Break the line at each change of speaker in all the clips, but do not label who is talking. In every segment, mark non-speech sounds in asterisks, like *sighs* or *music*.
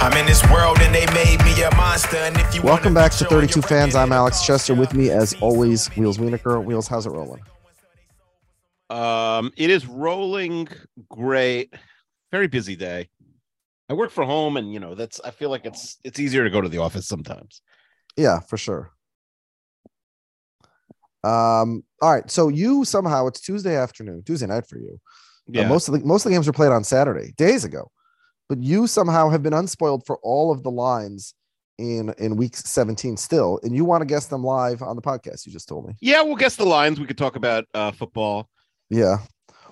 I'm in this world and they made me a monster. And if you
Welcome
wanna
back to
control your
32 Fans. I'm
opinion,
Alex
talk
Chester. With me, as
shop.
always, Wheels Wienerker. Wheels, how's it rolling?
Um, it is rolling great. Very busy day. I work from home, and you know that's. I feel like it's it's easier to go to the office sometimes.
Yeah, for sure. Um, all right. So you somehow it's Tuesday afternoon, Tuesday night for you. Uh,
Yeah,
most of the most of the games were played on Saturday, days ago, but you somehow have been unspoiled for all of the lines in in week 17 still, and you want to guess them live on the podcast. You just told me.
yeah. We'll guess the lines. We could talk about uh, football.
Yeah.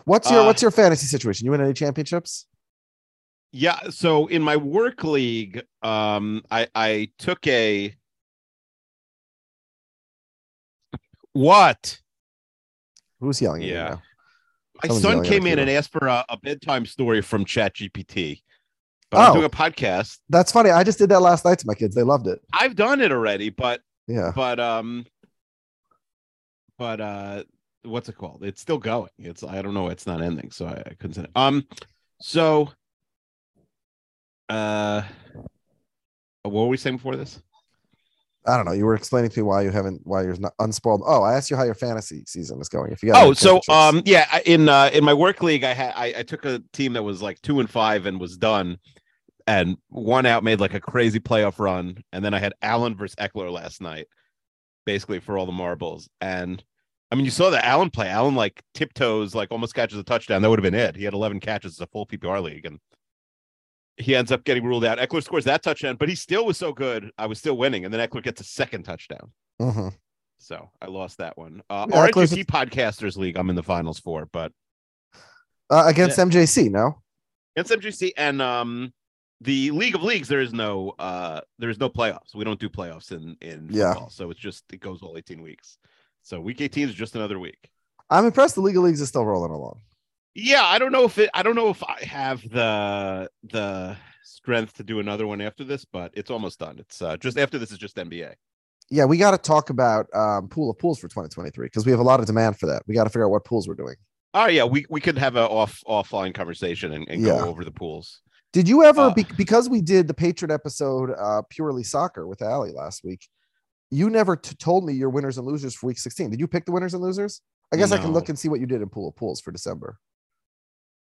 What's your
Uh,
what's your fantasy situation? You win any championships?
Yeah. So in my work league, um, I I took a what?
Who's yelling? At you
Yeah.
now?
My
Someone's
son
yelling at
came
you.
in and asked for a, a bedtime story from ChatGPT. But
Oh.
I'm doing a podcast.
That's funny. I just did that last night to my kids. They loved it.
I've done it already, but
Yeah.
but um but uh what's it called it's still going it's i don't know it's not ending so i, I couldn't say it. um so uh what were we saying before this
*laughs* I don't know. You were explaining to me why you haven't, why you're not unspoiled. Oh, I asked you how your fantasy season is going. If you got
oh
any
so
championships.
um yeah I- in uh in my work league i had I, I took a team that was like two and five and was done and one out made like a crazy playoff run and then i had allen versus eckler last night basically for all the marbles and i mean you saw the allen play allen like tiptoes like almost catches a touchdown that would have been it he had 11 catches as a full ppr league and he ends up getting ruled out eckler scores that touchdown but he still was so good i was still winning and then eckler gets a second touchdown
Mhm.
so I lost that one. Uh,
Yeah, that closes-
RNGT Podcasters League, I'm in the finals for, but
Uh, against MJC, no.
it's MGC and um the League of Leagues. There is no uh there is no playoffs. We don't do playoffs in in
Yeah.
football, so it's just it goes all 18 weeks. So week 18 is just another week.
I'm impressed. The League of Leagues is still rolling along.
Yeah, I don't know if it. I don't know if I have the the strength to do another one after this, but it's almost done. It's uh, just after this is just NBA.
Yeah, we got to talk about um, pool of pools for 2023 because we have a lot of demand for that. We got to figure out what pools we're doing.
All right, Ah, yeah, we we could have a off offline conversation and, and
Yeah.
go over the pools.
Did you ever,
Uh,
be- because we did the Patriot episode uh, purely soccer with Ali last week, you never t- told me your winners and losers for week 16. Did you pick the winners and losers? I guess I can
No.
look and see what you did in pool of pools for December.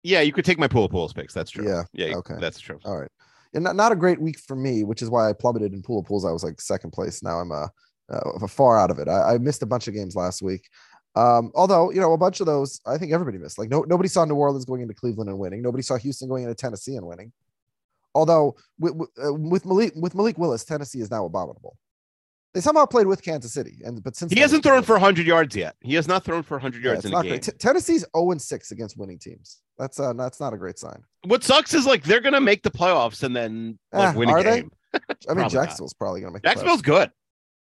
Yeah, you could take my pool of pools picks. That's true.
Yeah,
yeah,
okay. Oh,
that's true.
All right. And not, not a great week for me, which is why I plummeted in pool of pools. I was like second place. Now I'm uh, uh, far out of it. I, I missed a bunch of games last week. Um, although, you know, a bunch of those, I think everybody missed. Like, no, nobody saw New Orleans going into Cleveland and winning. Nobody saw Houston going into Tennessee and winning. Although with, with, uh, with Malik with Malik Willis, Tennessee is now abominable. They somehow played with Kansas City, and but since
He
then-
hasn't thrown for 100 yards yet. He has not thrown for 100
Yeah,
yards
it's
in
not
a game.
great. T- Tennessee's zero and six against winning teams. That's uh, that's not a great sign.
what sucks is like they're gonna make the playoffs and then like
Ah,
win a
are they?
game.
I mean,
Probably not.
Jacksonville's probably going to make the playoffs.
Jacksonville's good.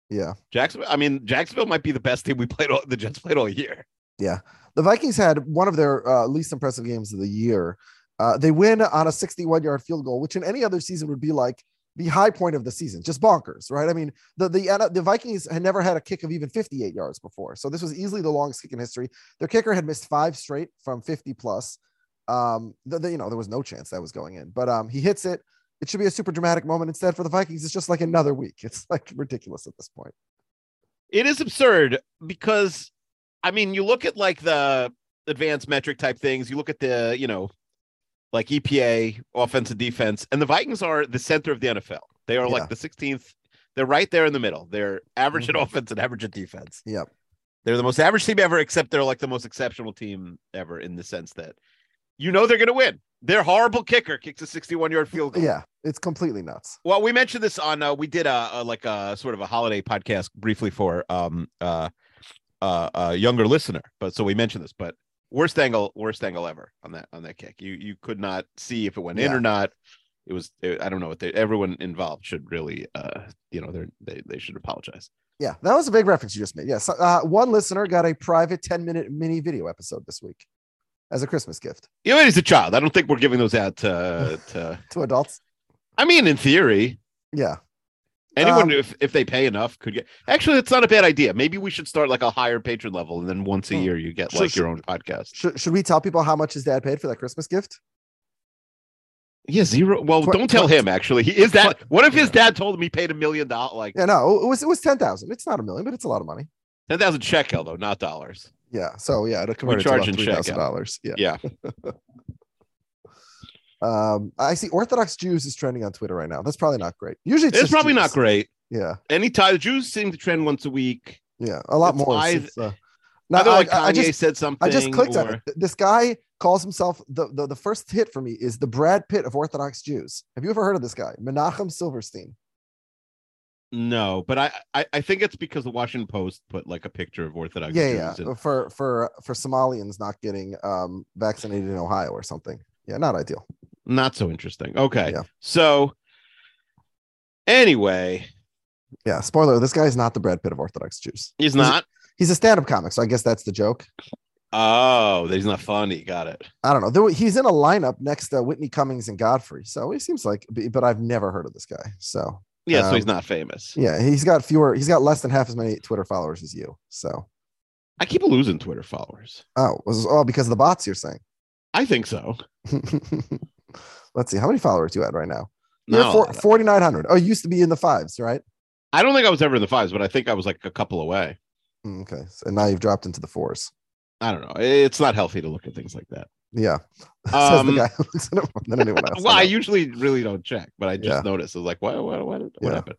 yeah.
Jacksonville. I mean, Jacksonville might be the best team we played. All, the Jets played all year.
the Vikings had one of their uh, least impressive games of the year. Uh, they win on a 61 yard field goal, which in any other season would be like the high point of the season, just bonkers, right? I mean, the the the Vikings had never had a kick of even 58 yards before, so this was easily the longest kick in history. Their kicker had missed five straight from 50 plus. Um, the, the- you know there was no chance that was going in, but um, he hits it. It should be a super dramatic moment. Instead, for the Vikings, it's just like another week. It's like ridiculous at this point.
It is absurd because, I mean, you look at like the advanced metric type things. You look at the you know, like EPA, offense and defense, and the Vikings are the center of the NFL. They are
Yeah.
like the 16th. They're right there in the middle. They're average
Mhm.
at offense and average at defense.
Yep.
They're the most average team ever, except they're like the most exceptional team ever in the sense that you know they're going to win. Their horrible kicker kicks a 61 yard field goal.
Yeah, it's completely nuts.
Well, we mentioned this on uh, we did a, a like a sort of a holiday podcast briefly for um uh, uh uh younger listener, but so we mentioned this, but worst angle, worst angle ever on that on that kick. You you could not see if it went in
Yeah.
or not. It was it, I don't know what they, everyone involved should really uh you know they're, they they should apologize.
Yeah, that was a big reference you just made. Yes, uh, one listener got a private 10 minute mini video episode this week as a Christmas gift
You know, he's a child. I don't think we're giving those
*sighs*
out to, to
to adults.
I mean, in theory,
Yeah,
anyone
Um,
if, if they pay enough could get. Actually, it's not a bad idea. Maybe we should start like a higher patron level, and then once a
Hmm.
year you get
Sure,
like
sure.
your own podcast.
should, should we tell people how much his dad paid for that Christmas gift?
Yeah, zero. Well,
Tw-
don't tell
tw-
him. Actually, he is that. What if his dad told him he paid a million dollars, like
Yeah, no, it was it was ten thousand. It's not a million, but it's a lot of money.
ten thousand shekel though, not dollars.
Yeah, so yeah, it'll convert it
charge
to
in
about three
check,
thousand dollars. Yeah.
Yeah.
Um, I see Orthodox Jews is trending on Twitter right now. That's probably not great. Usually, it's,
It's,
just
probably
Jews.
not great.
Yeah,
Any time Jews seem to trend once a week.
yeah, a lot
It's
more.
either-
since, uh, no,
Either
I,
like Kanye
I- I just
said something.
I just clicked on
or-
it. Th- This guy calls himself the, the the first hit for me is the Brad Pitt of Orthodox Jews. Have you ever heard of this guy, Menachem Silverstein?
No, but I, I I think it's because the Washington Post put like a picture of Orthodox
yeah,
Jews.
yeah,
and-
for for for Somalians not getting um vaccinated in Ohio or something. Yeah, not ideal.
not so interesting. Okay.
Yeah.
So anyway,
Yeah, spoiler: this guy is not the Brad Pitt of Orthodox Jews.
he's not.
He's a stand-up comic, so I guess that's the joke.
Oh, he's not funny. Got it.
I don't know. There, were- he's in a lineup next to Whitney Cummings and Godfrey, so he seems like. But I've never heard of this guy. So
Yeah, so
Um,
he's not famous.
yeah, he's got fewer. He's got less than half as many Twitter followers as you. So
I keep losing Twitter followers.
oh, was this all because of the bots? You're saying.
I think so.
*laughs* Let's see how many followers you at right now.
Not
You're
a
four,
lot.
4,900. Oh, you used to be in the fives, right?
I don't think I was ever in the fives, but I think I was like a couple away.
Mm, Okay. So now you've dropped into the fours.
I don't know. It's not healthy to look at things like that.
Yeah. *laughs* Says the
Um,
guy who looks at it more than anyone
*laughs*
else. I
well, I
know.
usually really don't check, but I just
Yeah.
noticed. I was like, what, what, what, what
Yeah.
happened?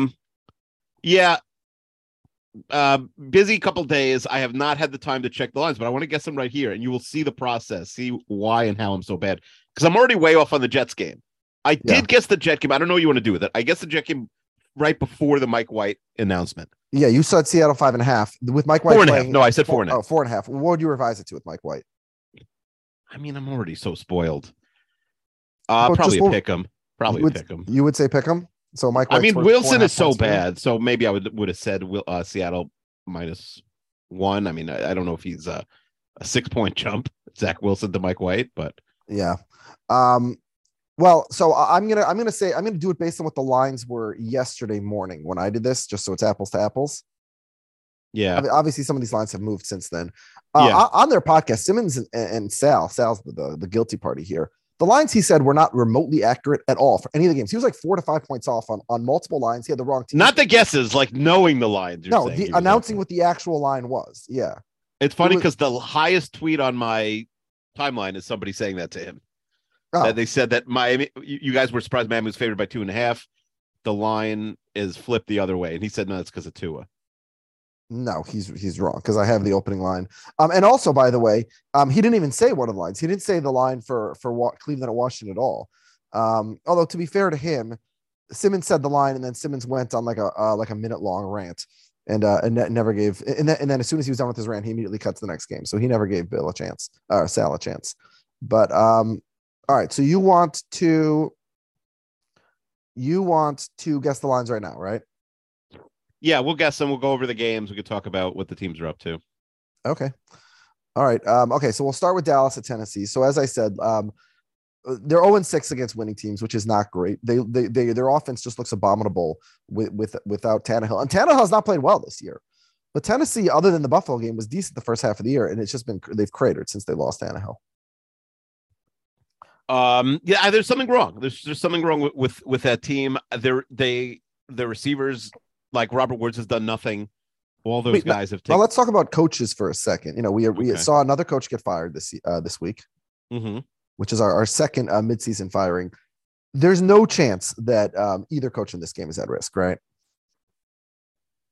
Um, yeah. Um, busy couple days. I have not had the time to check the lines, but I want to guess them right here, and you will see the process, see why and how I'm so bad. Because I'm already way off on the Jets game. I did
Yeah.
guess the Jet game. I don't know what you want to do with it. I guess the Jet game right before the Mike White announcement.
yeah, you saw Seattle five and a half with Mike White.
Four and a half.
playing,
No, I said four and a half.
Oh, four and a half. What would you revise it to with Mike White?
I mean, I'm already so spoiled.
Well,
Uh,
just
probably a
what-
pick 'em. Probably
you
a
would,
pick 'em.
You would say pick him. So Mike.
I
White's
mean,
worth four and
Wilson
a
is
half
so
points for you?
bad, so maybe I would would have said Will, uh, Seattle minus one. I mean, I, I don't know if he's uh, a six point jump, Zach Wilson to Mike White, but
Yeah. Um, well, so I- I'm gonna I'm gonna say I'm gonna do it based on what the lines were yesterday morning when I did this, just so it's apples to apples.
yeah,
I mean, obviously, some of these lines have moved since then. Uh,
Yeah.
on- On their podcast, Simmons and, and Sal, Sal's the, the, the guilty party here. The lines he said were not remotely accurate at all for any of the games. He was like four to five points off on, on multiple lines. He had the wrong team.
not the guesses, like knowing the lines. you're
no,
saying
the
he was
announcing
on.
what the actual line was. Yeah,
It's funny
was-
because the highest tweet on my timeline is somebody saying that to him.
Oh.
That they said that Miami, you you guys were surprised Miami was favored by two and a half. The line is flipped the other way, and he said no, it's because of Tua.
no, he's he's wrong because I have the opening line. Um, and also, by the way, um, he didn't even say one of the lines. He didn't say the line for for Wa- Cleveland at Washington at all. Um, although to be fair to him, Simmons said the line, and then Simmons went on like a uh, like a minute long rant, and uh, and that never gave. And then, and then as soon as he was done with his rant, he immediately cuts the next game. So he never gave Bill a chance or Sal a chance. But um, all right, so you want to you want to guess the lines right now, right?
Yeah, we'll guess them. We'll go over the games. We could talk about what the teams are up to.
Okay. All right. Um, okay. So we'll start with Dallas at Tennessee. So as I said, um, they're 0 6 against winning teams, which is not great. They, they, they their offense just looks abominable with, with without Tannehill. And Tannehill's not played well this year. But Tennessee, other than the Buffalo game, was decent the first half of the year, and it's just been they've cratered since they lost Tannehill.
Um, yeah, there's something wrong. There's there's something wrong with with, with that team. They're they the receivers like Robert Woods has done nothing. All those
Wait, no-
guys have
Now
taken.
let's talk about coaches for a second. You know, we we
Okay.
saw another coach get fired this uh, this week,
Mhm.
which is our, our second uh, midseason firing. There's no chance that um, either coach in this game is at risk, right?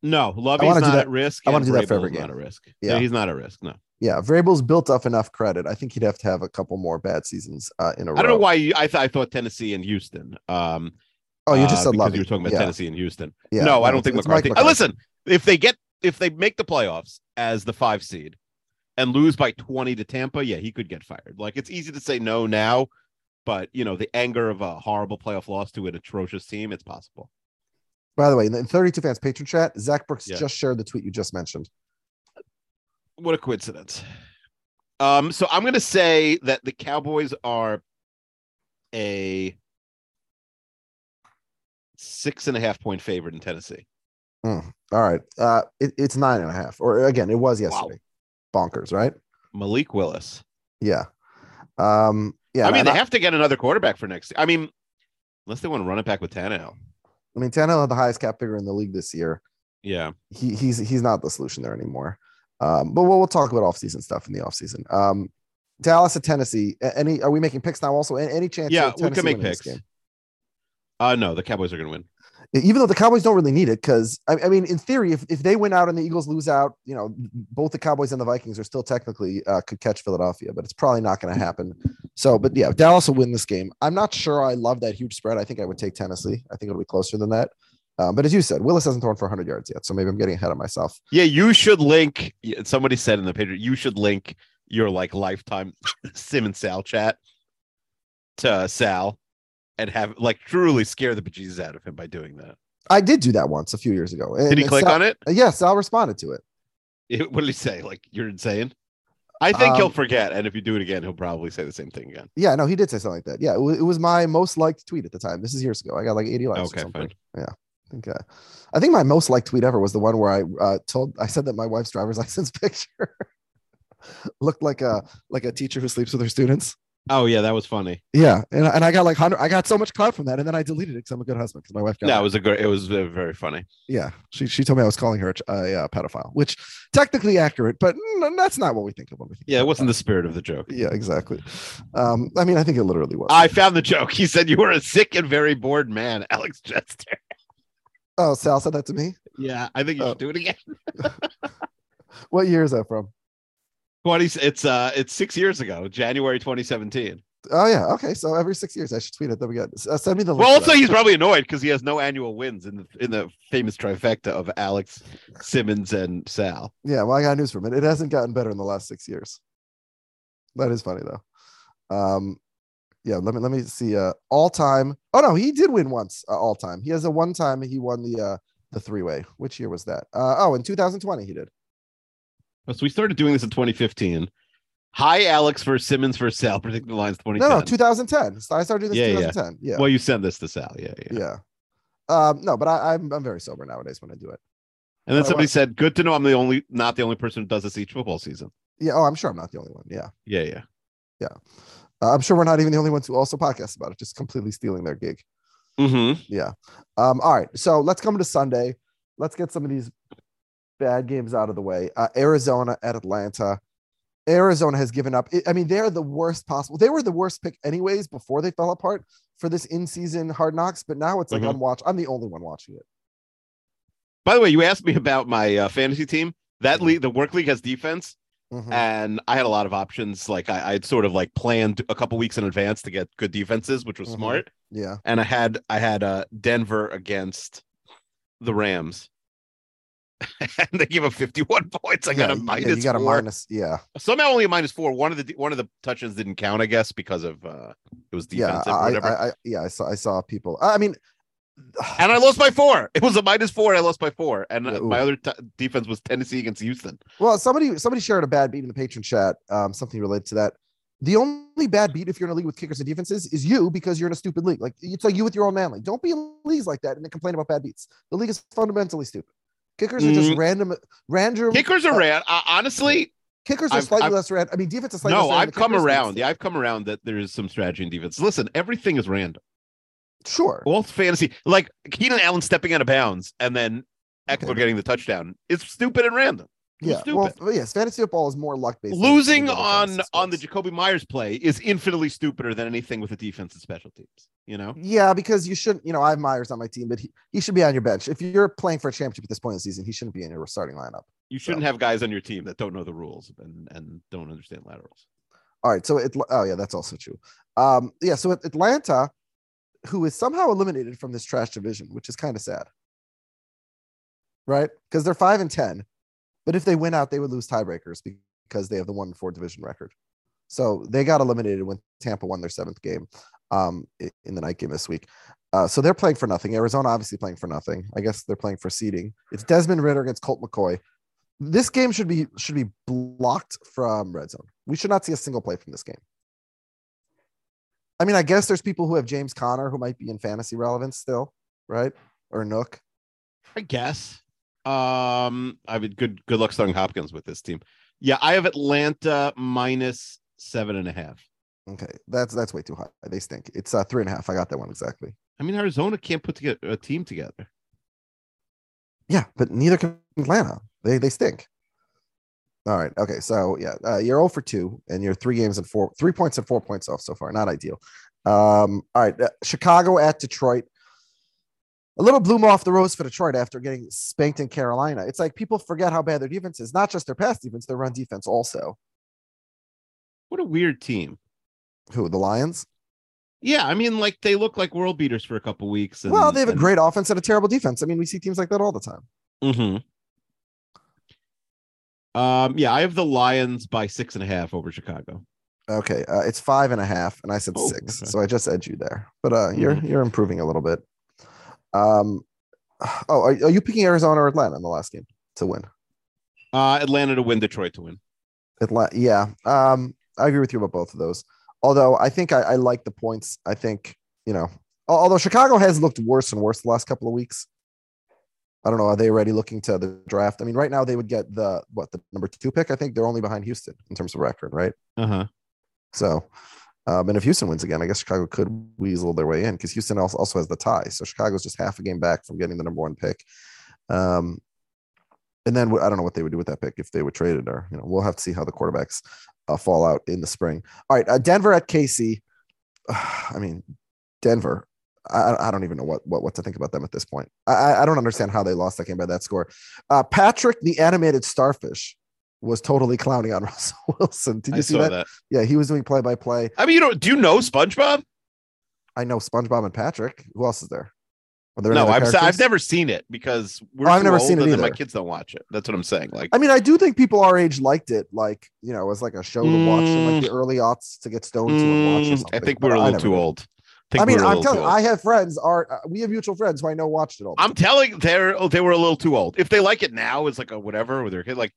No, Lovey's
wanna
not
do that-
at risk.
I wanna
and
do that for every
Vrabel's Not
game.
at risk.
Yeah.
Yeah, he's not at risk. No,
Yeah, Vrabel's built up enough credit. I think he'd have to have a couple more bad seasons uh, in a row.
I don't know why. You, I th- I thought Tennessee and Houston. Um,
Oh, you
uh,
just said
because
Lovey.
you were talking about
yeah,
Tennessee and Houston.
yeah.
no, I don't
it's-
think
it's
McCarthy.
Mike
uh, listen, if they get if they make the playoffs as the five seed and lose by twenty to Tampa, yeah, he could get fired. Like it's easy to say no now, but you know the anger of a horrible playoff loss to an atrocious team, it's possible.
By the way, in the 32 fans patron chat, Zach Brooks
Yeah.
just shared the tweet you just mentioned.
What a coincidence. Um, so I'm gonna say that the Cowboys are a six and a half point favorite in Tennessee.
All right, uh, it, it's nine and a half, or again, it was yesterday. Bonkers, right?
Malik Willis.
Yeah. Um, yeah.
I mean,
and
they have to get another quarterback for next. I mean, unless they want to run it back with Tannehill.
I mean, Tannehill had the highest cap figure in the league this year.
Yeah.
He he's he's not the solution there anymore. Um, but we'll, we'll talk about offseason stuff in the offseason. Um, Dallas at Tennessee. A- Any are we making picks now? Also, A- any chance?
yeah,
of
we
Tennessee
can make
winning this
picks. Uh no, the Cowboys are going to win.
even though the Cowboys don't really need it, because I, I mean, in theory, if, if they win out and the Eagles lose out, you know, both the Cowboys and the Vikings are still technically uh, could catch Philadelphia, but it's probably not going to happen. So, but yeah, Dallas will win this game. I'm not sure I love that huge spread. I think I would take Tennessee. I think it'll be closer than that. Um, but as you said, Willis hasn't thrown for 100 yards yet, so maybe I'm getting ahead of myself.
Yeah, you should link. yeah, Somebody said in the picture, you should link your like lifetime *laughs* Sim and Sal chat to Sal, and have like truly scare the bejesus out of him by doing that.
I did do that once a few years ago.
Did he click on it? *laughs*
Yes, Sal responded to it.
It- What did he say? Like you're insane. I think he'll
Um,
forget, and if you do it again, he'll probably say the same thing again.
Yeah, no, he did say something like that. Yeah, it, wa- it was my most liked tweet at the time. This is years ago. I got like 80 likes. or
Okay,
something.
fine.
Yeah, I think uh, I think my most liked tweet ever was the one where I uh, told I said that my wife's driver's *laughs* license picture looked like a like a teacher who sleeps with her students.
Oh yeah, that was funny.
Yeah, and and I got like hundred. I got so much clout from that, and then I deleted it because I'm a good husband. Because my wife got.
No,
mad.
it was a great. It was uh, very funny.
yeah, she she told me I was calling her a, ch- a, uh, pedophile, which technically accurate, but mm, that's not what we think of when we think.
Yeah,
of
it wasn't
pedophile.
the spirit of the joke.
Yeah, exactly. Um, I mean, I think it literally was.
I found the joke. *laughs* He said you were a sick and very bored man, *laughs* Alex Chester.
oh, Sal said that to me.
Yeah, I think you
Oh.
should do it again.
What year is that from?
Twenty. It's uh, it's six years ago, January 2017.
Oh yeah. Okay. So every six years, I should tweet it. Then we got uh, send me the link.
Well,
to
also
that.
he's probably annoyed because he has no annual wins in the in the famous trifecta of Alex Simmons and Sal.
yeah. Well, I got news from it. It hasn't gotten better in the last six years. That is funny though. Um, yeah. Let me let me see. Uh, all time. Oh no, he did win once. Uh, all time. He has a one time he won the uh the three way. Which year was that? Uh, oh, in 2020 he did.
So we started doing this in 2015. Hi, Alex versus Simmons versus Sal. Predicting the lines 2010.
No, no, 2010. So I started doing this
Yeah,
in
yeah.
2010. Yeah.
Well, you send this to Sal. Yeah, yeah.
yeah. Um, no, but I, I'm I'm very sober nowadays when I do it.
And then
I
somebody
was.
said, "Good to know I'm the only, not the only person who does this each football season."
Yeah. Oh, I'm sure I'm not the only one. Yeah.
Yeah, yeah.
Uh, I'm sure we're not even the only ones who also podcast about it. Just completely stealing their gig.
Mm-hmm.
Yeah. Um, all right. So let's come to Sunday. Let's get some of these bad games out of the way. Uh, Arizona at Atlanta. Arizona has given up. I- I mean, they're the worst possible. They were the worst pick, anyways, before they fell apart for this in season hard knocks. But now it's like
Mhm.
I'm watch. I'm the only one watching it.
By the way, you asked me about my uh, fantasy team. That
Mm-hmm.
league, the work league has defense,
Mhm.
and I had a lot of options. Like I, I'd sort of like planned a couple weeks in advance to get good defenses, which was
Mhm.
smart.
yeah.
And I had I had uh, Denver against the Rams, *laughs* and they gave up fifty-one *laughs* points. I got
Yeah,
a
you- yeah,
minus.
You got a
four.
minus. Yeah.
Somehow only a minus four. One of the de- one of the touches didn't count, I guess, because of uh, it was defensive.
yeah.
or
I,
whatever.
I, I, yeah. I saw. I saw people. I I mean,
and I lost by four. It was a minus four. And I lost by four. And
Yeah,
uh
ooh.
my other t- defense was Tennessee against Houston.
Well, somebody somebody shared a bad beat in the patron chat. Um, something related to that. The only bad beat if you're in a league with kickers and defenses is you because you're in a stupid league. Like it's like you with your own man league. Don't be in leagues like that and then complain about bad beats. The league is fundamentally stupid. Kickers are just
Mm.
random, random.
Kickers are
Uh,
ran. Uh, honestly,
Kickers are
I've-
slightly
I've-
less red. I mean, defense is slightly
No,
less red.
I've
The
come
kickers-
around. Yeah, I've come around that there is some strategy in defense. Listen, everything is random.
Sure.
All fantasy, like Keenan Allen stepping out of bounds and then Eckler
Okay.
getting the touchdown. It's stupid and random. It was
Yeah. Well, yes. Fantasy football is more luck based.
Losing on on the Jacoby Myers play is infinitely stupider than anything with a defense and special teams. You know,
Yeah, because you shouldn't. You know, I have Myers on my team, but he, he should be on your bench. If you're playing for a championship at this point in the season, he shouldn't be in your starting lineup.
you shouldn't have guys on your team that don't know the rules and and don't understand laterals.
All right. So it. Oh yeah, that's also true. Um. Yeah. So at Atlanta, who is somehow eliminated from this trash division, which is kind of sad. Right, because they're five and ten, but if they win out, they would lose tiebreakers be- because they have the one and four division record. So they got eliminated when Tampa won their seventh game um, i- in the night game this week. Uh, so they're playing for nothing. Arizona obviously playing for nothing. I guess they're playing for seeding. It's Desmond Ritter against Colt McCoy. This game should be should be blocked from red zone. We should not see a single play from this game. I mean, I guess there's people who have James Conner who might be in fantasy relevance still, right? Or Nook.
I guess. Um, I mean, good good luck starting Hopkins with this team. Yeah, I have Atlanta minus seven and a half.
Okay, that's that's way too high. They stink. It's uh, three and a half. I got that one exactly.
I mean, Arizona can't put together a team together.
Yeah, but neither can Atlanta. They they stink. All right. Okay. So yeah, uh, you're 0 for two, and you're three games and four, three points and four points off so far. Not ideal. Um, all right. Uh, Chicago at Detroit. A little bloom off the rose for Detroit after getting spanked in Carolina. It's like people forget how bad their defense is. Not just their pass defense, their run defense also.
What a weird team.
Who the Lions?
Yeah, I mean, like they look like world beaters for a couple weeks. And,
Well, they have a
and-
great offense and a terrible defense. I mean, we see teams like that all the time.
Mhm. Um, yeah, I have the Lions by six and a half over Chicago.
Okay, uh, it's five and a half, and I said
Oh,
six,
okay. Hmm.
so I just edged you there. But uh, you're you're improving a little bit. Um, oh, are, are you picking Arizona or Atlanta in the last game to win?
Uh, Atlanta to win, Detroit to win.
Atlanta, yeah. Um, I agree with you about both of those. Although I think I, I like the points. I think you know, al- although Chicago has looked worse and worse the last couple of weeks. I don't know. Are they already looking to the draft? I mean, right now they would get the what the number two pick. I think they're only behind Houston in terms of record, right?
Uh huh.
So, um, and if Houston wins again, I guess Chicago could weasel their way in because Houston also, also has the tie. So Chicago's just half a game back from getting the number one pick. Um, and then wh- I don't know what they would do with that pick if they would trade it or, you know, we'll have to see how the quarterbacks uh, fall out in the spring. All right. Uh, Denver at KC. *sighs* I mean, Denver. I, I don't even know what, what what to think about them at this point. I- I, I don't understand how they lost that game by that score. Uh, Patrick, the animated starfish, was totally clowning on *laughs* Russell Wilson. Did you
I
see
saw
that?
that?
Yeah, he was doing play by play.
I mean, you don't do you know SpongeBob?
I know SpongeBob and Patrick. Who else is there? Are there any
No,
other
I'm sa- I've
characters?
never seen it because we're
Oh, I've
too
never
old
seen it
and then my
either.
kids don't watch it. That's what I'm saying. Like
I mean, I do think people our age liked it, like you know, as like a show to watch, in like the early aughts to get stoned to and watch. Or
Mm,
something,
I think
but
we're a
I
little
never
too
did.
old.
I
think we
mean,
were a
I'm
little too
telling.
old.
I have friends. Are uh, we have mutual friends who I know watched it all. the
I'm telling they're oh, they were a little too old. If they like it now, it's like a whatever with their kid. Like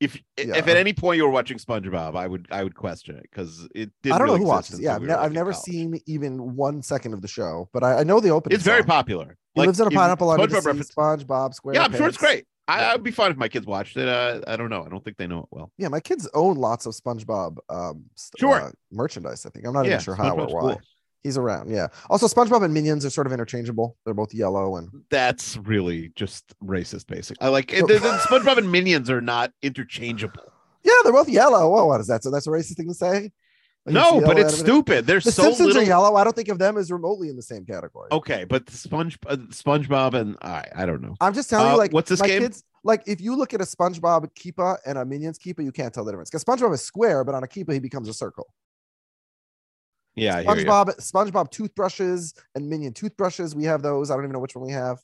if
Yeah.
if at any point you were watching SpongeBob, I would I would question it because it didn't.
I don't
really
know who
exist
watches. it.
until
Yeah, I've,
we
ne-
were, like,
I've
in
never
college.
seen even one second of the show, but I, I know the opening.
It's very
song.
popular.
He lives in a
if
pineapple under the
SpongeBob
sea,
reference-
SpongeBob SquarePants.
Yeah, I'm sure it's great.
Yeah.
I, I'd be fine if my kids watched it. Uh, I don't know. I don't think they know it well.
Yeah, my kids own lots of SpongeBob um, st-
Sure.
uh, merchandise. I think I'm not
yeah,
even sure how or
SpongeBob's
why.
cool.
He's around, yeah. Also, SpongeBob and Minions are sort of interchangeable. They're both yellow and
That's really just racist, basic. I like it, the, the SpongeBob and Minions are not
*laughs*
interchangeable.
yeah, they're both yellow. Whoa, what is that? So that's a racist thing to say. Like,
No,
yellow
but it's
animated-
stupid. They're
The
so
Simpsons
little. Oh,
are yellow. I don't think of them as remotely in the same category.
Okay, but the Sponge, uh, SpongeBob, and I, I don't know.
I'm just telling
Uh,
you, like,
what's this
my
game?
Kids, like, if you look at a SpongeBob Keeper and a Minions Keeper, you can't tell the difference because SpongeBob is square, but on a Keeper he becomes a circle.
Yeah, I hear you.
SpongeBob, SpongeBob toothbrushes and Minion toothbrushes. We have those. I don't even know which one we have.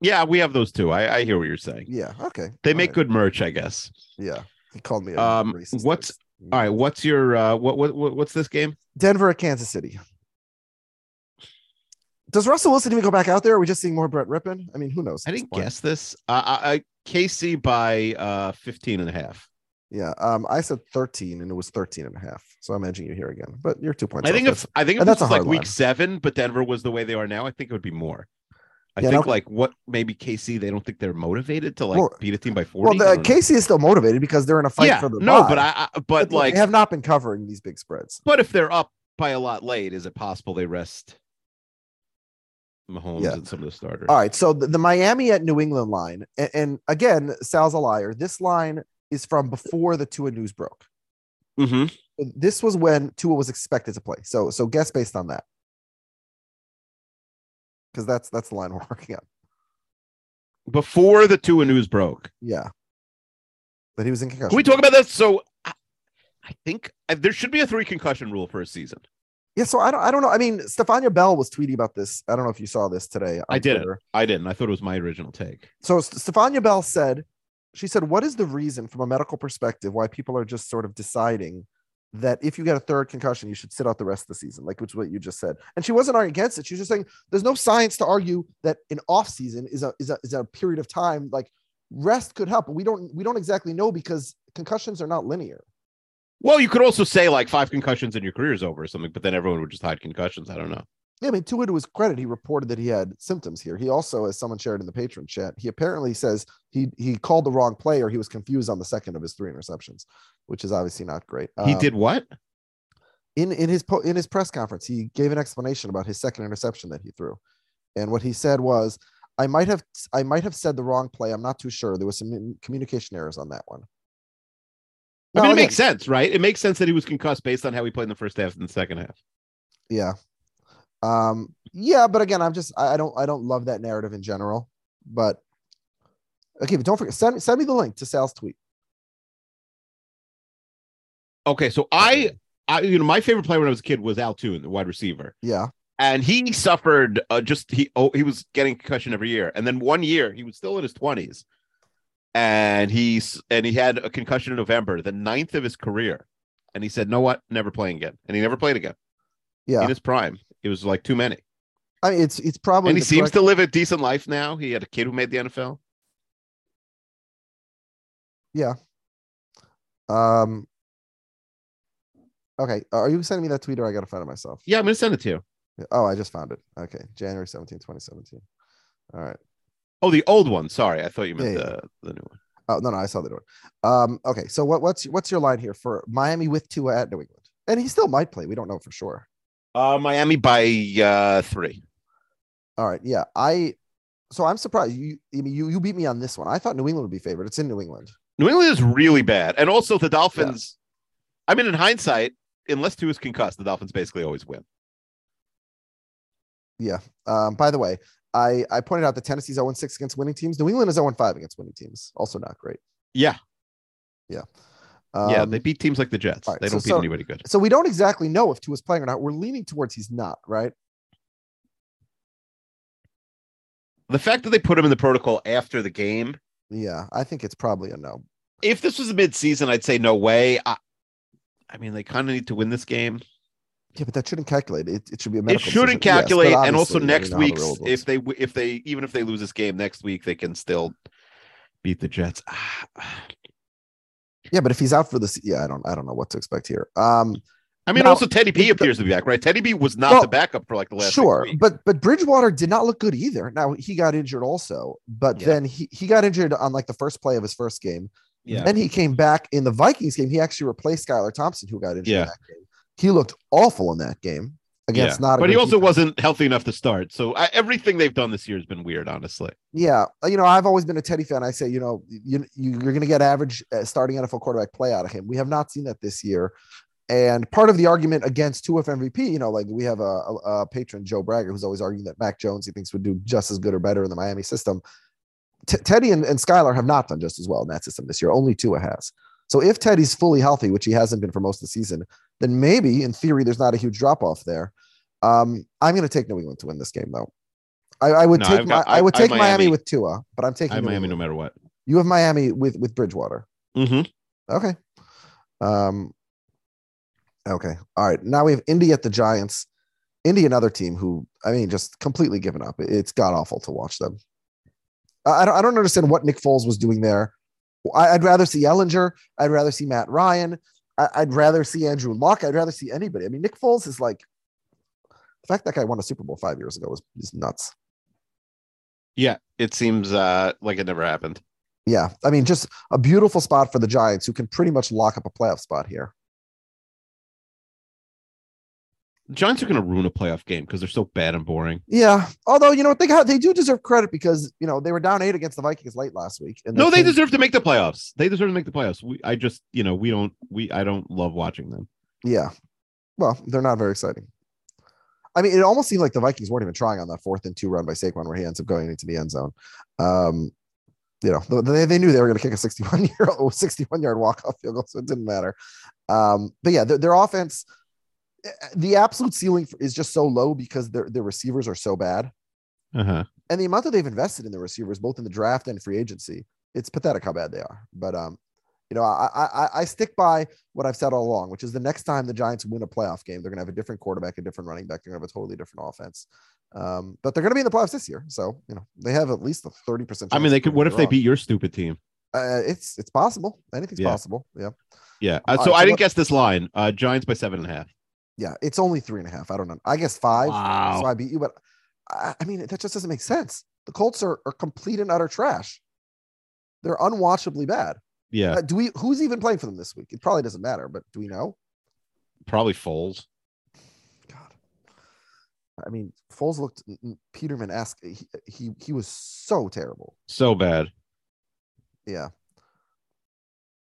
yeah, we have those too. I, I hear what you're saying.
Yeah. Okay.
They
All
make
right.
good merch, I guess.
Yeah. He called me. A
Um,
racist.
what's- All right, what's your uh, what, what what what's this game?
Denver at Kansas City. Does Russell Wilson even go back out there? Or are we just seeing more Brett Rippon? I mean, who knows?
I
at this
didn't
point?
guess this. Uh, I, I KC by uh 15 and a half.
Yeah. Um, I said 13 and it was 13 and a half. So I'm edging you here again, but you're two points.
I
off.
think if
That's-
I think if
and
this
that's a
was like
hard
week
line.
seven, but Denver was the way they are now, I think it would be more. I
Yeah,
think
no-
like what maybe KC they don't think they're motivated to like
Well,
beat a team by forty.
Well,
I
the, uh,
don't know.
Casey is still motivated because they're in a fight
yeah,
for the
no,
bye.
but I, I but like
they have not been covering these big spreads.
but if they're up by a lot late, is it possible they rest Mahomes
Yeah.
and some of the starters?
All right, so the, the Miami at New England line, and, and again, Sal's a liar. This line is from before the Tua news broke.
Mm-hmm.
This was when Tua was expected to play. So, so guess based on that, because that's that's the line we're *laughs* working on.
Before the Tua news broke,
Yeah, that he was in concussion.
can we talk about that? So, I, I think I, there should be a three concussion rule for a season.
Yeah, so I don't, I don't know. I mean, Stefania Bell was tweeting about this. I don't know if you saw this today. on
I did
Twitter.
it. I didn't. I thought it was my original take.
So S- Stefania Bell said, she said, what is the reason from a medical perspective why people are just sort of deciding that if you get a third concussion, you should sit out the rest of the season, like which is what you just said. And she wasn't arguing against it. She was just saying there's no science to argue that an off season is a is a is a period of time like rest could help, but we don't we don't exactly know because concussions are not linear.
Well, you could also say like five concussions and your career's over or something, but then everyone would just hide concussions. I don't know.
Yeah, I mean, Tua, to his credit, he reported that he had symptoms here. He also, as someone shared in the patron chat, he apparently says he he called the wrong player. He was confused on the second of his three interceptions, which is obviously not great.
he
Um,
did what?
in in his po- in his press conference. He gave an explanation about his second interception that he threw, and what he said was, "I might have I might have said the wrong play. I'm not too sure. There was some communication errors on that one."
I
No,
mean, it
again-
makes sense, right? It makes sense that he was concussed based on how he played in the first half and the second half.
Yeah. Um, yeah, but again, I'm just I, I don't I don't love that narrative in general. But okay, but don't forget, send send me the link to Sal's tweet.
Okay, so I, I, you know, my favorite player when I was a kid was Altoon, the wide receiver,
Yeah.
and he suffered uh, just he oh he was getting concussion every year, and then one year he was still in his twenties, and he's and he had a concussion in November, the ninth of his career, and he said, "No, what? Never playing again," and he never played again
Yeah.
in his prime. It was like too many,
I mean it's it's probably
and he
the
seems
correct-
to live a decent life now. He had a kid who made the NFL.
um Okay. Are you sending me that tweet or I gotta find it myself?
Yeah, I'm gonna send it to you.
Oh, I just found it. Okay. January 17, 2017. All right.
Oh, the old one. Sorry, I thought you meant
Yeah, yeah.
the the new one.
Oh no, no, I saw the door. Um, okay, so what, what's what's your line here for Miami with Tua at New England? And he still might play. We don't know for sure.
Uh, Miami by uh, three.
All right. Yeah. I so I'm surprised you I mean you you beat me on this one. I thought New England would be favored. It's in New England.
New England is really bad. And also the Dolphins, I mean, in hindsight, unless two is concussed, the Dolphins basically always win.
Um, by the way, I I pointed out that Tennessee's 0 6 against winning teams. New England is 0 5 against winning teams. Also not great.
Yeah.
Um,
yeah. They beat teams like the Jets.
all right,
They
so-
don't beat
so-
anybody good.
so we don't exactly know if Tua's playing or not. We're leaning towards he's not, right?
The fact that they put him in the protocol after the game,
Yeah, I think it's probably a no.
if this was a midseason, I'd say no way. I, I mean, they kind of need to win this game.
Yeah, but that shouldn't calculate. It, it should be a medical
it shouldn't
decision. Yes, but
calculate. and also
obviously, I
next
don't know how the
week's,
real world
if
works.
they, w- if they, even if they lose this game next week, they can still beat the Jets. *sighs*
yeah, but if he's out for this, yeah, I don't I don't know what to expect here. Um,
I mean,
Now-
also Teddy B appears to be back, right? Teddy B was not
Well,
the backup for like the last
sure
week.
but but bridgewater did not look good either now he got injured also but
Yeah.
then he, he got injured on like the first play of his first game
Yeah.
then he came back in the vikings game he actually replaced skylar thompson who got injured
Yeah.
in that game he looked awful in that game against not a
but he
good
also
defense.
wasn't healthy enough to start. So I, everything they've done this year has been weird, honestly.
yeah you know i've always been a teddy fan i say you know you, you you're going to get average uh, starting nfl quarterback play out of him we have not seen that this year and part of the argument against 2 of MVP, you know, like we have a, a, a patron, Joe Bragger, who's always arguing that Mac Jones he thinks would do just as good or better in the Miami system. T- Teddy and, and Skylar have not done just as well in that system this year. Only Tua has. So if Teddy's fully healthy, which he hasn't been for most of the season, then maybe in theory there's not a huge drop off there. Um, I'm going to take New England to win this game though. I, I would
No,
take
I've
Mi-
got-
I would
I- I have
take Miami.
Miami.
with Tua, but I'm taking
I'm
New
Miami no
England.
matter what.
You have Miami with with Bridgewater.
Mm-hmm.
Okay. Um. Okay. All right. Now we have Indy at the Giants. Indy, another team who I mean, just completely given up. It- It's god awful to watch them. I I don't. I don't understand what Nick Foles was doing there. I, I'd rather see Ellinger. I'd rather see Matt Ryan. I, I'd rather see Andrew Luck. I'd rather see anybody. I mean, Nick Foles is like the fact that guy won a Super Bowl five years ago was is nuts.
Yeah, it seems uh, like it never happened.
Yeah, I mean, just a beautiful spot for the Giants, who can pretty much lock up a playoff spot here.
The Giants are going to ruin a playoff game because they're so bad and boring.
Yeah, although you know what they got, they do deserve credit because you know they were down eight against the Vikings late last week. And
No, they
came-
deserve to make the playoffs. They deserve to make the playoffs. We, I just, you know, we don't, we, I don't love watching them.
Yeah, well, they're not very exciting. I mean, it almost seemed like the Vikings weren't even trying on that fourth and two run by Saquon, where he ends up going into the end zone. Um, you know, they, they knew they were going to kick a 61 *laughs* year old 61 yard walk off field goal, so it didn't matter. Um, but yeah, their, their offense, eh, the absolute ceiling is just so low because their their receivers are so bad.
Uh huh.
and the amount that they've invested in the receivers, both in the draft and free agency, it's pathetic how bad they are. But um, you know, I, I I- I stick by what I've said all along, which is the next time the Giants win a playoff game, they're gonna have a different quarterback, a different running back, they're gonna have a totally different offense. Um, but they're gonna be in the playoffs this year, so you know they have at least a thirty percent.
I mean, they could. What if they beat your stupid team?
Uh, it's it's possible. Anything's
Yeah.
possible. Yeah,
Yeah.
All
Uh, so
right, so
I didn't
what-
guess this line. Uh, Giants by seven and a half.
yeah. It's only three and a half. I don't know. I guess five.
Wow.
So I beat you, but I, I mean that just doesn't make sense. The Colts are are complete and utter trash. They're unwatchably bad.
Yeah.
Uh, do we? Who's even playing for them this week? It probably doesn't matter, but do we know?
Probably Foles.
God, I mean, Foles looked Peterman esque. He, he he was so terrible.
So bad.
Yeah.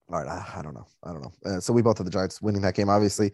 All right, I, I don't know. I don't know. Uh, so we both have the Giants winning that game, obviously.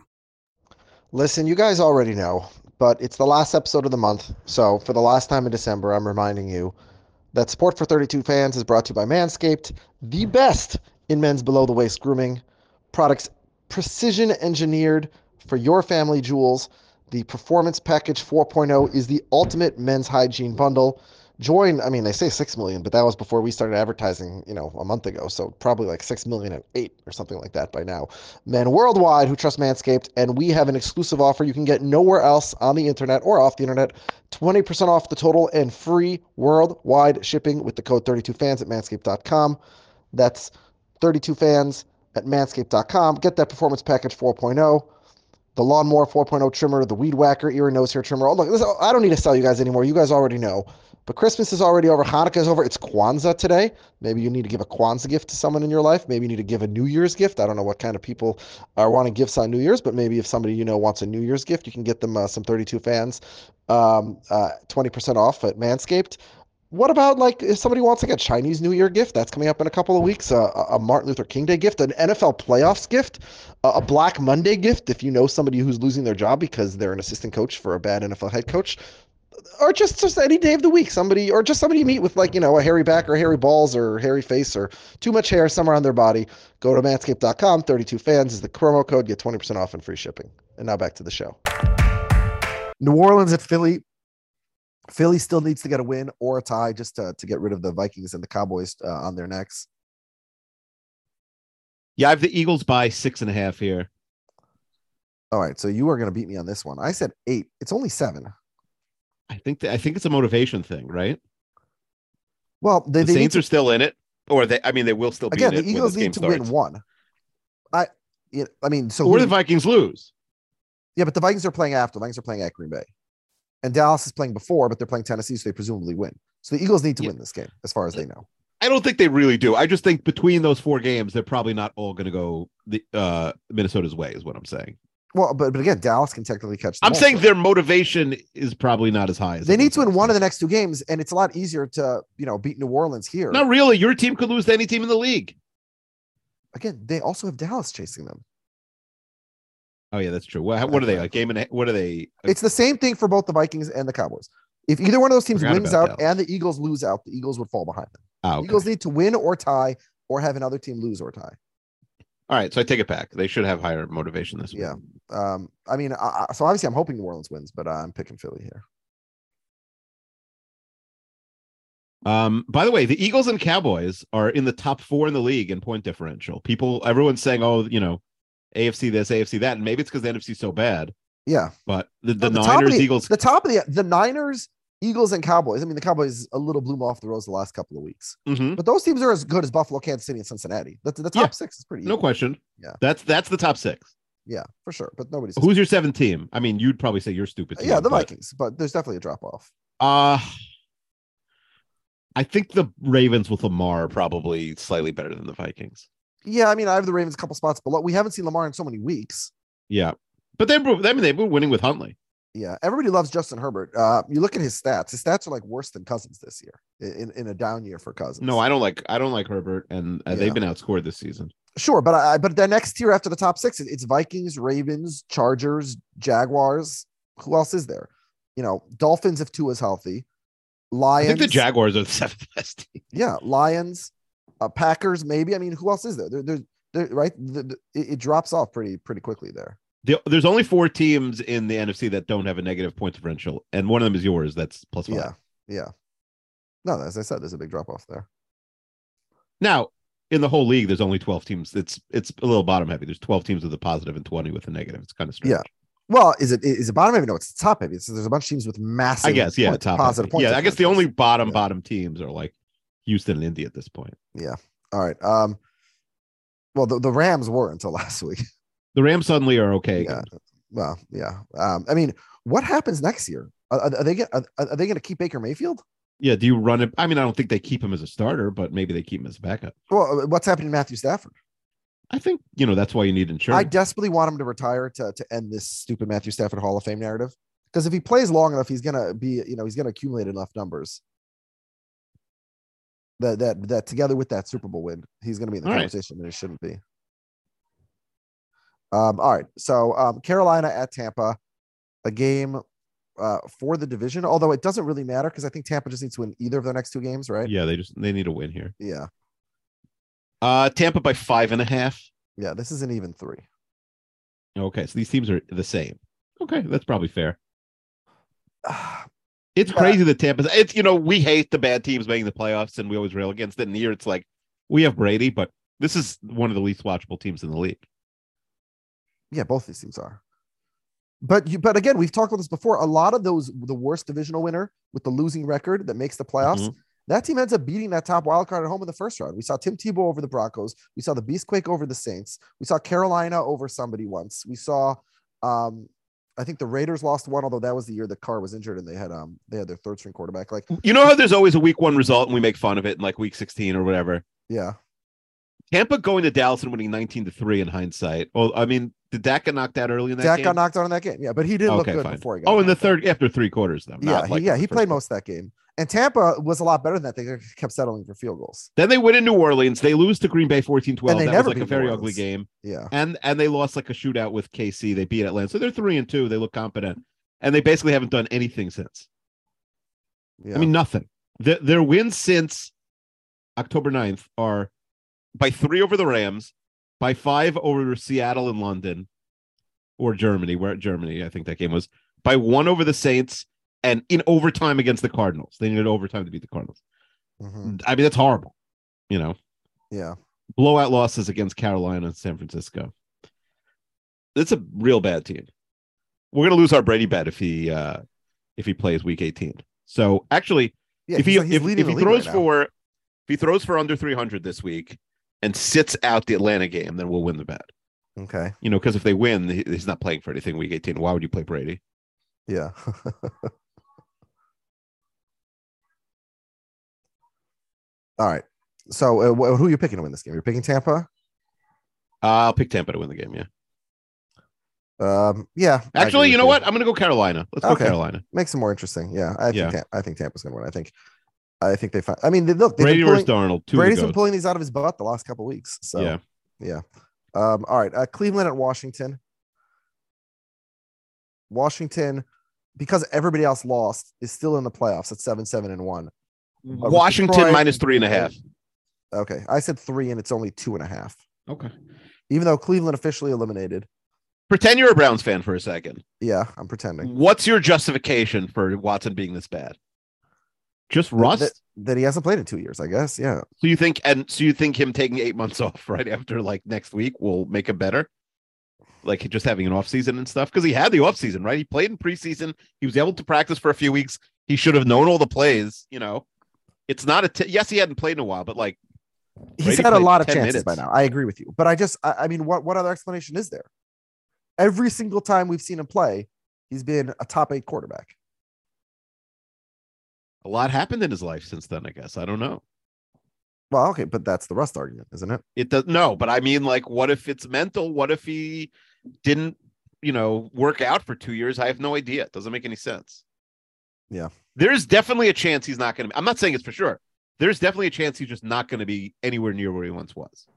Listen, you guys already know, but it's the last episode of the month. So for the last time in December, I'm reminding you that support for 32 fans is brought to you by Manscaped, the best in men's below the waist grooming products, precision engineered for your family jewels. The Performance Package 4.0 is the ultimate men's hygiene bundle. Join, I mean, they say 6 million, but that was before we started advertising, you know, a month ago. So probably like 6 million and 8 or something like that by now. Men worldwide who trust Manscaped, and we have an exclusive offer you can get nowhere else on the internet or off the internet 20% off the total and free worldwide shipping with the code 32fans at manscaped.com. That's 32fans at manscaped.com. Get that performance package 4.0 the lawnmower 4.0 trimmer, the weed whacker, ear and nose hair trimmer. Oh, look, this, I don't need to sell you guys anymore. You guys already know. But Christmas is already over. Hanukkah is over. It's Kwanzaa today. Maybe you need to give a Kwanzaa gift to someone in your life. Maybe you need to give a New Year's gift. I don't know what kind of people are wanting gifts on New Year's, but maybe if somebody you know wants a New Year's gift, you can get them uh, some 32 fans, um, uh, 20% off at Manscaped. What about like if somebody wants like a Chinese New Year gift that's coming up in a couple of weeks, uh, a a Martin Luther King Day gift, an NFL playoffs gift, a a Black Monday gift if you know somebody who's losing their job because they're an assistant coach for a bad NFL head coach, or just just any day of the week, somebody or just somebody you meet with like you know a hairy back or hairy balls or hairy face or too much hair somewhere on their body. Go to manscaped.com. Thirty-two fans is the promo code. Get twenty percent off and free shipping. And now back to the show. New Orleans at Philly. Philly still needs to get a win or a tie just to, to get rid of the Vikings and the Cowboys uh, on their necks.
Yeah, I have the Eagles by six and a half here.
All right, so you are going to beat me on this one. I said eight. It's only seven.
I think that I think it's a motivation thing, right?
Well, they, they
The
need
Saints
to,
are still in it, or they. I mean, they will still be
again.
in it
The
when
Eagles
this game
need to
starts.
win one. I, yeah, I mean, so
or
who-
the Vikings lose.
yeah, but the Vikings are playing after. The Vikings are playing at Green Bay, and Dallas is playing before, but they're playing Tennessee, so they presumably win. So the Eagles need to
Yeah.
win this game, as far as they know.
I don't think they really do. I just think between those four games, they're probably not all going to go the uh, Minnesota's way. Is what I'm saying.
Well, but, but again, Dallas can technically catch. the
I'm
ball,
saying
so
their motivation is probably not as high as
they
it
need
was
to win
last
one of the
night.
next two games, and it's a lot easier to you know beat New Orleans here.
Not really. Your team could lose to any team in the league.
Again, they also have Dallas chasing them.
Oh yeah, that's true. What, what are they? A game and a, what are they?
It's the same thing for both the Vikings and the Cowboys. If either one of those teams
Forgot
wins
about
out
Dallas.
and the Eagles lose out, the Eagles would fall behind them.
oh, okay.
Eagles need to win or tie, or have another team lose or tie.
All right, so I take it back. They should have higher motivation this week.
Yeah. Um, I mean, I, I- so obviously I'm hoping New Orleans wins, but I'm picking Philly here.
Um, by the way, the Eagles and Cowboys are in the top four in the league in point differential. People, everyone's saying, "Oh, you know, AFC this, AFC that," and maybe it's because the NFC's so bad.
Yeah.
But the, the,
No, top of
Niners,
the-
Eagles,
The top of the the Niners, Eagles, and Cowboys. I mean, the Cowboys a little bloom off the rose the last couple of weeks,
Mhm.
but those teams are as good as Buffalo, Kansas City, and Cincinnati. The, the top
Yeah.
six is pretty.
no
equal.
question.
Yeah.
that's that's the top six.
Yeah, for sure. But nobody's.
Who's your seventh team? I mean, you'd probably say you're stupid.
yeah,
team,
the
but,
Vikings, but there's definitely a drop off.
Uh I think the Ravens with Lamar are probably slightly better than the Vikings.
Yeah, I mean, I have the Ravens a couple spots below. We haven't seen Lamar in so many weeks.
Yeah, but they were- I mean they were winning with Huntley.
Yeah, everybody loves Justin Herbert. Uh, you look at his stats; his stats are like worse than Cousins this year in, in a down year for Cousins.
No, I don't like I don't like Herbert, and uh,
Yeah.
they've been outscored this season.
Sure, but I but the next tier after the top six, it- it's Vikings, Ravens, Chargers, Jaguars. Who else is there? You know, Dolphins if Tua's healthy.
I
Lions.
think the Jaguars are the seventh *laughs* best team.
Yeah, Lions, uh, Packers. Maybe. I mean, who else is there? There, there, there right? The, the- it, it drops off pretty pretty quickly there.
The- there's only four teams in the NFC that don't have a negative point differential, and one of them is yours. That's plus five.
Yeah, yeah. No, as I said, there's a big drop off there.
Now in the whole league, there's only twelve teams. It's it's a little bottom heavy. There's twelve teams with a positive and twenty with a negative. It's kind of strange.
Yeah. Well, is it is it bottom heavy? No, it's top heavy. It's, there's a bunch of teams with massive.
I guess, yeah,
point-
top
positive
heavy.
points.
Yeah, I guess the only bottom
Yeah.
bottom teams are like Houston and Indy at this point.
All right. Um. Well, the, the Rams were until *laughs* last week.
The Rams suddenly are okay.
Yeah.
again.
Well, yeah. Um, I mean, what happens next year? Are, are are they get, are, are they going to keep Baker Mayfield?
Yeah, do you run it? I mean, I don't think they keep him as a starter, but maybe they keep him as a backup.
Well, uh, what's happening to Matthew Stafford?
I think you know that's why you need
I
insurance.
desperately want him to retire to to end this stupid Matthew Stafford Hall of Fame narrative. Because if he plays long enough, he's gonna be you know he's gonna accumulate enough numbers. That that that together with that Super Bowl win, he's gonna be in the
All right.
conversation and it shouldn't be. Um, all right, so um, Carolina at Tampa, a game uh, for the division. Although it doesn't really matter because I think Tampa just needs to win either of their next two games, right?
yeah, they just they need a win here.
yeah,
Uh Tampa by five and a half.
yeah. This is an even three. *sighs*
Okay, so these teams are the same. Okay, that's probably fair.
Ah,
It's
But-
crazy that Tampa's. It's you know we hate the bad teams making the playoffs, and we always rail against it. And here it's like we have Brady, but this is one of the least watchable teams in the league.
Yeah, both these teams are. But you, but again, we've talked about this before. A lot of those, the worst divisional winner with the losing record that makes the playoffs,
Mm-hmm.
that team ends up beating that top wild card at home in the first round. We saw Tim Tebow over the Broncos. We saw the Beastquake over the Saints. We saw Carolina over somebody once. We saw, um, I think the Raiders lost one, although that was the year that Carr was injured and they had um they had their third string quarterback. Like
You know how there's always a week one result, and we make fun of it in like week 16 or whatever.
yeah,
Tampa going to Dallas and winning 19 to 3 in hindsight. Well, I mean, did Dak get knocked out early in that
Dak
game?
got knocked out in that game. Yeah, but he did look
okay,
good
fine.
before he got.
oh, in the
knocked out.
third after three quarters though.
Yeah,
not
he,
like
yeah,
the
he
first
played
one.
most of that game. And Tampa was a lot better than that. They kept settling for field goals.
Then they win in New Orleans. They lose to Green Bay 14-12.
And they
That
never
was like
beat
a
New
very
Orleans.
ugly game.
Yeah.
And and they lost like a shootout with KC. They beat Atlanta. So they're 3 and 2. They look competent. And they basically haven't done anything since.
Yeah.
I mean, nothing. Their, their wins since October 9th are by three over the Rams, by five over Seattle and London, or Germany, where Germany, I think that game was, by one over the Saints, and in overtime against the Cardinals. They needed overtime to beat the Cardinals.
Mhm.
I mean, that's horrible. You know,
yeah.
blowout losses against Carolina and San Francisco. That's a real bad team. We're gonna lose our Brady bet if he uh if he plays week 18. So actually,
Yeah.
if he
he's- he's
if,
leading
if
the
he
league
throws
right now.
for if he throws for under 300 this week and sits out the Atlanta game, then we'll win the bet.
Okay.
You know, because if they win, he- he's not playing for anything week 18. Why would you play Brady?
Yeah. *laughs* All right. So, uh, wh- who are you picking to win this game? You're picking Tampa.
Uh, I'll pick Tampa to win the game. Yeah,
Um, yeah. I agree
Actually, you
with
know what? I'm gonna go Carolina. Let's go
Okay.
Carolina.
Makes it more interesting. Yeah, I think
Yeah.
Tam- I think Tampa's gonna win. I think I think they find. I mean, they, look, they've
Brady
been
versus
pulling,
Darnold. Two
Brady's been
goes.
pulling these out of his butt the last couple weeks. So
Yeah.
yeah. Um, all right, uh, Cleveland at Washington. Washington, because everybody else lost, is still in the playoffs at seven, seven, and one. with
Washington
Detroit-
minus three and a half.
Okay, I said three, and it's only two and a half.
Okay.
Even though Cleveland officially eliminated.
Pretend you're a Browns fan for a second.
Yeah, I'm pretending
What's your justification for Watson being this bad? Just rust.
That, that he hasn't played in two years. I guess. Yeah.
so you think and so you think him taking eight months *laughs* off right after like next week will make him better? Like just having an off season and stuff? Because he had the off season, right? He played in preseason. He was able to practice for a few weeks. He should have known all the plays, you know. It's not a t- yes, he hadn't played in a while, but like
he's
Brady
had a
played
lot of
10
chances by
minutes.
now. I agree with you, but I just, I, I mean, what what other explanation is there? Every single time we've seen him play, he's been a top eight quarterback.
a lot happened in his life since then, I guess. I don't know.
Well, okay, but that's the rust argument, isn't it?
It does no, but I mean, like, what if it's mental? What if he didn't, you know, work out for two years? I have no idea. It doesn't make any sense.
Yeah.
There's definitely a chance he's not gonna be. I'm not saying it's for sure. There's definitely a chance he's just not gonna be anywhere near where he once was.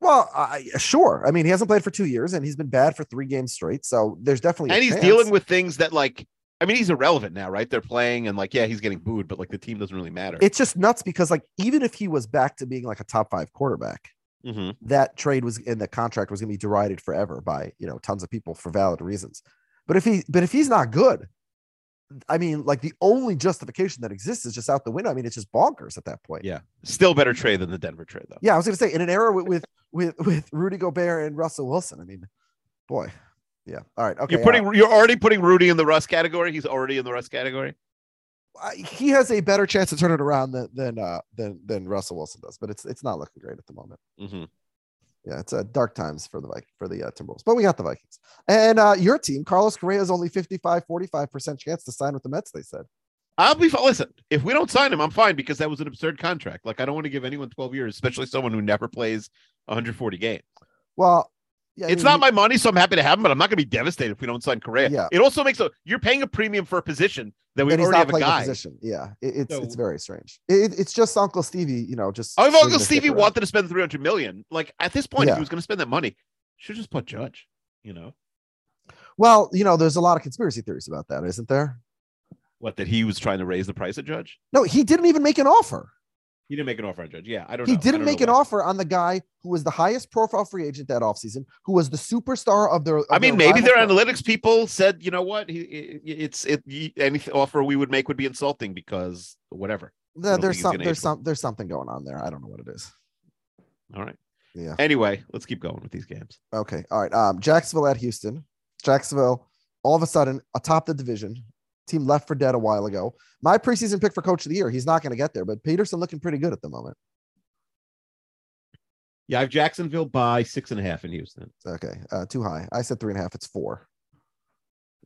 Well, I, sure. I mean, he hasn't played for two years, and he's been bad for three games straight. So there's definitely, a
and he's
chance.
dealing with things that like I mean, he's irrelevant now, right? They're playing and like, yeah, he's getting booed, but like the team doesn't really matter.
It's just nuts because, like, even if he was back to being like a top five quarterback,
Mhm.
that trade was in the contract was going to be derided forever by you know tons of people for valid reasons. But if he but if he's not good, I mean, like the only justification that exists is just out the window. I mean, it's just bonkers at that point.
Yeah. Still better trade than the Denver trade, though.
Yeah, I was going to say in an era with, with with with Rudy Gobert and Russell Wilson. I mean, boy, yeah. All right, okay.
you're putting you're already putting Rudy in the Russ category. He's already in the Russ category.
uh, he has a better chance to turn it around than than uh, than than Russell Wilson does, but it's it's not looking great at the moment.
Mm-hmm.
Yeah, it's uh, dark times for the Vic- for the uh, Timberwolves, but we got the Vikings. And uh, your team, Carlos Correa, is only 55, 45% chance to sign with the Mets, they said.
I'll be fine. Listen, if we don't sign him, I'm fine because that was an absurd contract. Like, I don't want to give anyone 12 years, especially someone who never plays 140 games.
Well, yeah, I
it's
mean,
not my money, so I'm happy to have him, but I'm not going to be devastated if we don't sign Correa.
Yeah.
It also makes a you're paying a premium for a position that we
and he's
already
not
have a
playing the
guy.
position. Yeah, it, it's it's
So-
very strange. It, it's just Uncle Stevie, you know, just.
Oh, if
swinging
Uncle
the stick
Stevie
around.
wanted to spend 300 million, like at this point, if
Yeah.
he was going to spend that money. Should just put Judge, you know,
Well, you know, there's a lot of conspiracy theories about that, isn't there?
what that he was trying to raise the price of Judge.
No, he didn't even make an offer.
He didn't make an offer on Judge. Yeah, I don't.
He
know. I
didn't
don't know
make an
why.
offer on the guy who was the highest profile free agent that offseason, who was the superstar of their. Of
I mean, maybe
rival
their
firm.
analytics people said, you know what, he, i- i- it's it y- any offer we would make would be insulting because whatever.
There-
don't think
there's
he's
some,
gonna
there's
April.
some, there's something going on there. I don't know what it is.
All right.
Yeah.
Anyway, let's keep going with these games.
Okay. All right. Um, Jacksonville at Houston. Jacksonville, all of a sudden, atop the division. Team left for dead a while ago. My preseason pick for coach of the year. He's not going to get there, but Peterson looking pretty good at the moment.
Yeah, I have Jacksonville by six and a half in Houston.
Okay. Uh, too high. I said three and a half. It's four.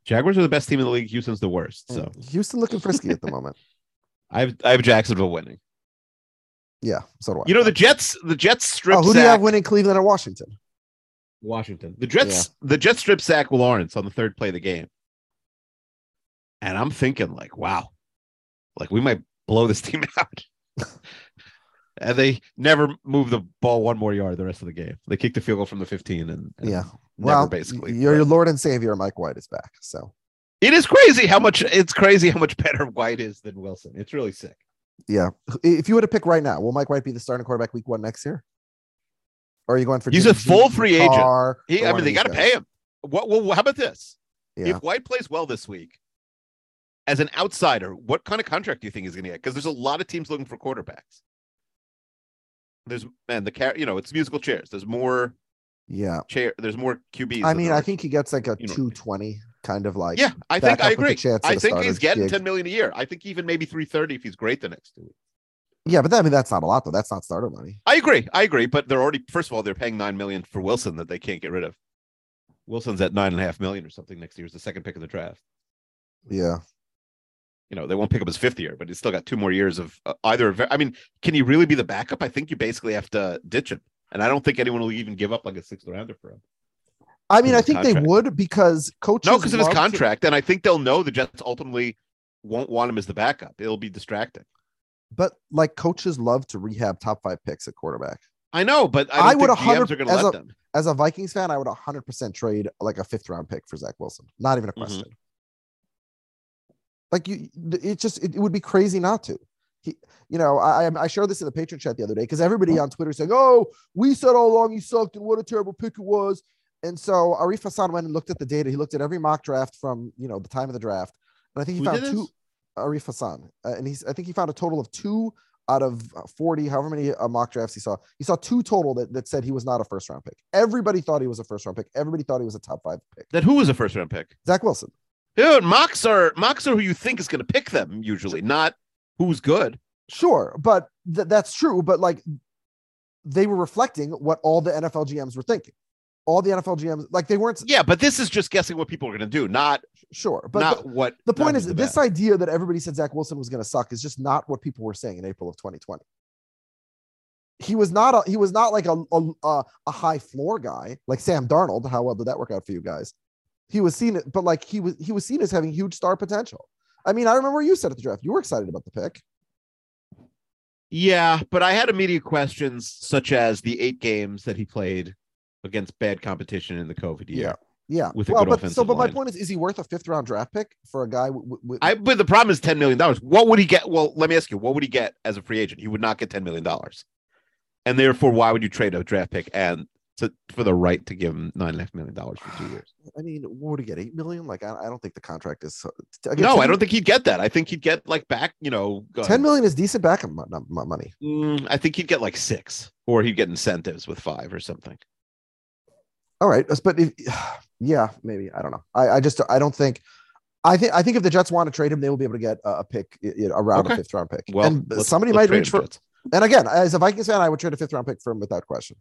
Jaguars are the best team in the league. Houston's the worst. So
Mm, Houston looking frisky at the moment. *laughs*
I have I have Jacksonville winning.
Yeah. So do I.
You know the Jets. The Jets strip.
oh, who do you
sack-
have winning Cleveland or Washington?
Washington. The Jets. The Jets strip sack Lawrence on the third play of the game. And I'm thinking like, wow, like we might blow this *laughs* team out. and they never move the ball one more yard the rest of the game. They kicked the field goal from the 15 and, and
Yeah.
never
Well,
basically.
your, your
But
Lord and Savior, Mike White, is back. So
it is crazy how much it's crazy how much better White is than Wilson. It's really sick.
yeah. If you were to pick right now, will Mike White be the starting quarterback week one next year? Or are you going for
He's
Jimmy
a full
G,
free agent.
Carr,
He,
or one
I mean,
of
they
these
got to
guys?
pay him. What? Well, how about this?
Yeah.
If White plays well this week, as an outsider, what kind of contract do you think he's going to get? Because there's a lot of teams looking for quarterbacks. There's man, the car, you know, it's musical chairs. There's more
Yeah.
chair. There's more QBs.
I
than
mean,
there
I
are-
think he gets like a
you know.
220 kind of like.
yeah, I
back
think I
up with the
agree.
chance at
I
a
think
starter
he's getting
gig.
ten million a year. I think even maybe three thirty if he's great the next two weeks.
Yeah, but that, I mean, that's not a lot though. That's not starter money.
I agree. I agree. But they're already first of all they're paying nine million for Wilson that they can't get rid of. Wilson's at nine and a half million or something next year is the second pick of the draft.
Yeah.
you know they won't pick up his fifth year, but he's still got two more years of uh, either. of- I mean, can he really be the backup? I think you basically have to ditch him, and I don't think anyone will even give up like a sixth rounder for him.
I mean, I
His
think
contract.
they would because coaches
No, because of his
love to-
contract, and I think they'll know the Jets ultimately won't want him as the backup. It'll be distracting.
but like coaches love to rehab top five picks at quarterback.
I know, but I,
I
don't
would
think GMs
100
are going to
as
let
a-
them.
As a Vikings fan, I would 100% trade like a fifth round pick for Zach Wilson. Not even a
Mm-hmm.
question. Like you, it just it, it would be crazy not to. He, you know, I I- I shared this in the Patreon chat the other day because everybody on Twitter saying, "Oh, we said all along you sucked and what a terrible pick it was." And so Arif Hassan went and looked at the data. He looked at every mock draft from you know the time of the draft, and I think he
Who
found
did this?
two. Arif Hassan, uh, and he's I think he found a total of two out of uh, 40, however many uh, mock drafts he saw. He saw two total that, that said he was not a first round pick. Everybody thought he was a first round pick. Everybody thought he was a top five pick.
That who was a first round pick?
Zach Wilson.
Dude, mocks are mocks are who you think is going to pick them usually, not who's good.
Sure, but th- that's true. But like they were reflecting what all the NFL GMs were thinking. All the NFL GMs, like they weren't s-
Yeah, but this is just guessing what people are going to do, not
sure. But
not
the,
what.
the
not
point
who's
is,
the
this
best.
idea that everybody said Zach Wilson was going to suck is just not what people were saying in April of 2020. He was not a he was not like a a, a- a high floor guy like Sam Darnold. How well did that work out for you guys? He was seen, but like he was he was seen as having huge star potential. I mean, I remember you said at the draft you were excited about the pick.
Yeah, but I had immediate questions such as the eight games that he played against bad competition in the COVID year.
Yeah. Yeah,
With a
well,
good
but so
offensive
but my
line.
point is, is he worth a fifth round draft pick for a guy? W- w-
I but the problem is ten million dollars. What would he get? Well, let me ask you, what would he get as a free agent? He would not get ten million dollars, and therefore, why would you trade a draft pick and to, for the right to give him nine and a half million dollars
*sighs*
for two years?
I mean, what would he get? Eight million? Like, I, I don't think the contract is. so- again,
No,
10
I don't think he'd get that. I think he'd get like back, you know, uh,
Ten million is decent back mo- mo- money.
mm, I think he'd get like six, or he'd get incentives with five or something.
All right, but if, *sighs* yeah, maybe I don't know. I, I just I don't think. I think I think if the Jets want to trade him, they will be able to get a, a pick i- i- around a
Okay.
fifth round pick.
Well,
and
let's-
somebody
let's
might
trade
reach
him,
for.
Jets.
And again, as a Vikings fan, I would trade a fifth round pick for him without question.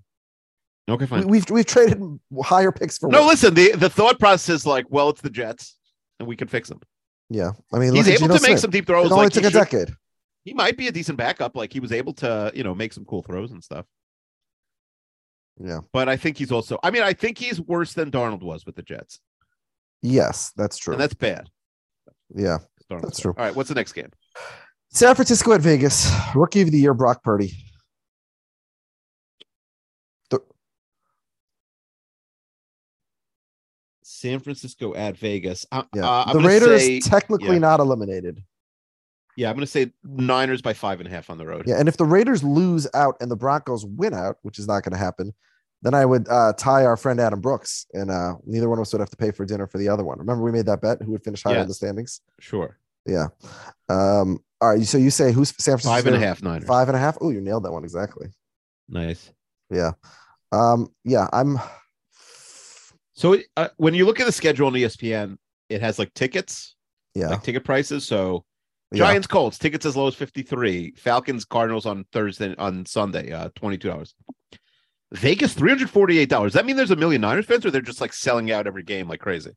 Okay, fine.
We, we've we've traded higher picks for.
no,
worse.
listen. the The thought process is like, well, it's the Jets, and we can fix them.
yeah, I mean,
He's
look at
able
Geno
to make
Smith.
some deep
It
throws.
only
Like he,
took a
should-
decade.
he might be a decent backup. Like he was able to, you know, make some cool throws and stuff.
Yeah.
But I think he's also. I mean, I think he's worse than Darnold was with the Jets,
Yes, that's true.
and that's bad.
yeah.
Darnold's
That's
bad.
true.
All right, what's the next game?
San Francisco at Vegas. Rookie of the year, Brock Purdy.
San Francisco at Vegas. I,
Yeah.
uh,
the
I'm gonna
Raiders
say-
technically
yeah.
not eliminated.
Yeah, I'm going to say Niners by five and a half on the road.
Yeah. And if the Raiders lose out and the Broncos win out, which is not going to happen, then I would uh, tie our friend Adam Brooks. And uh, neither one of us would have to pay for dinner for the other one. Remember, we made that bet who would finish higher in
Yes.
the standings?
Sure.
Yeah. Um, all right. So you say who's San Francisco?
Five and a half Niners.
Five and a half. Oh, you nailed that one exactly.
Nice.
Yeah. Um, yeah. I'm.
So uh, when you look at the schedule on E ESPN, it has like tickets,
Yeah.
like ticket prices. So
yeah.
Giants, Colts, tickets as low as 53. Falcons, Cardinals on Thursday, on Sunday, uh, $22. Vegas, $348. Does that mean there's a million Niners fans or they're just like selling out every game like crazy?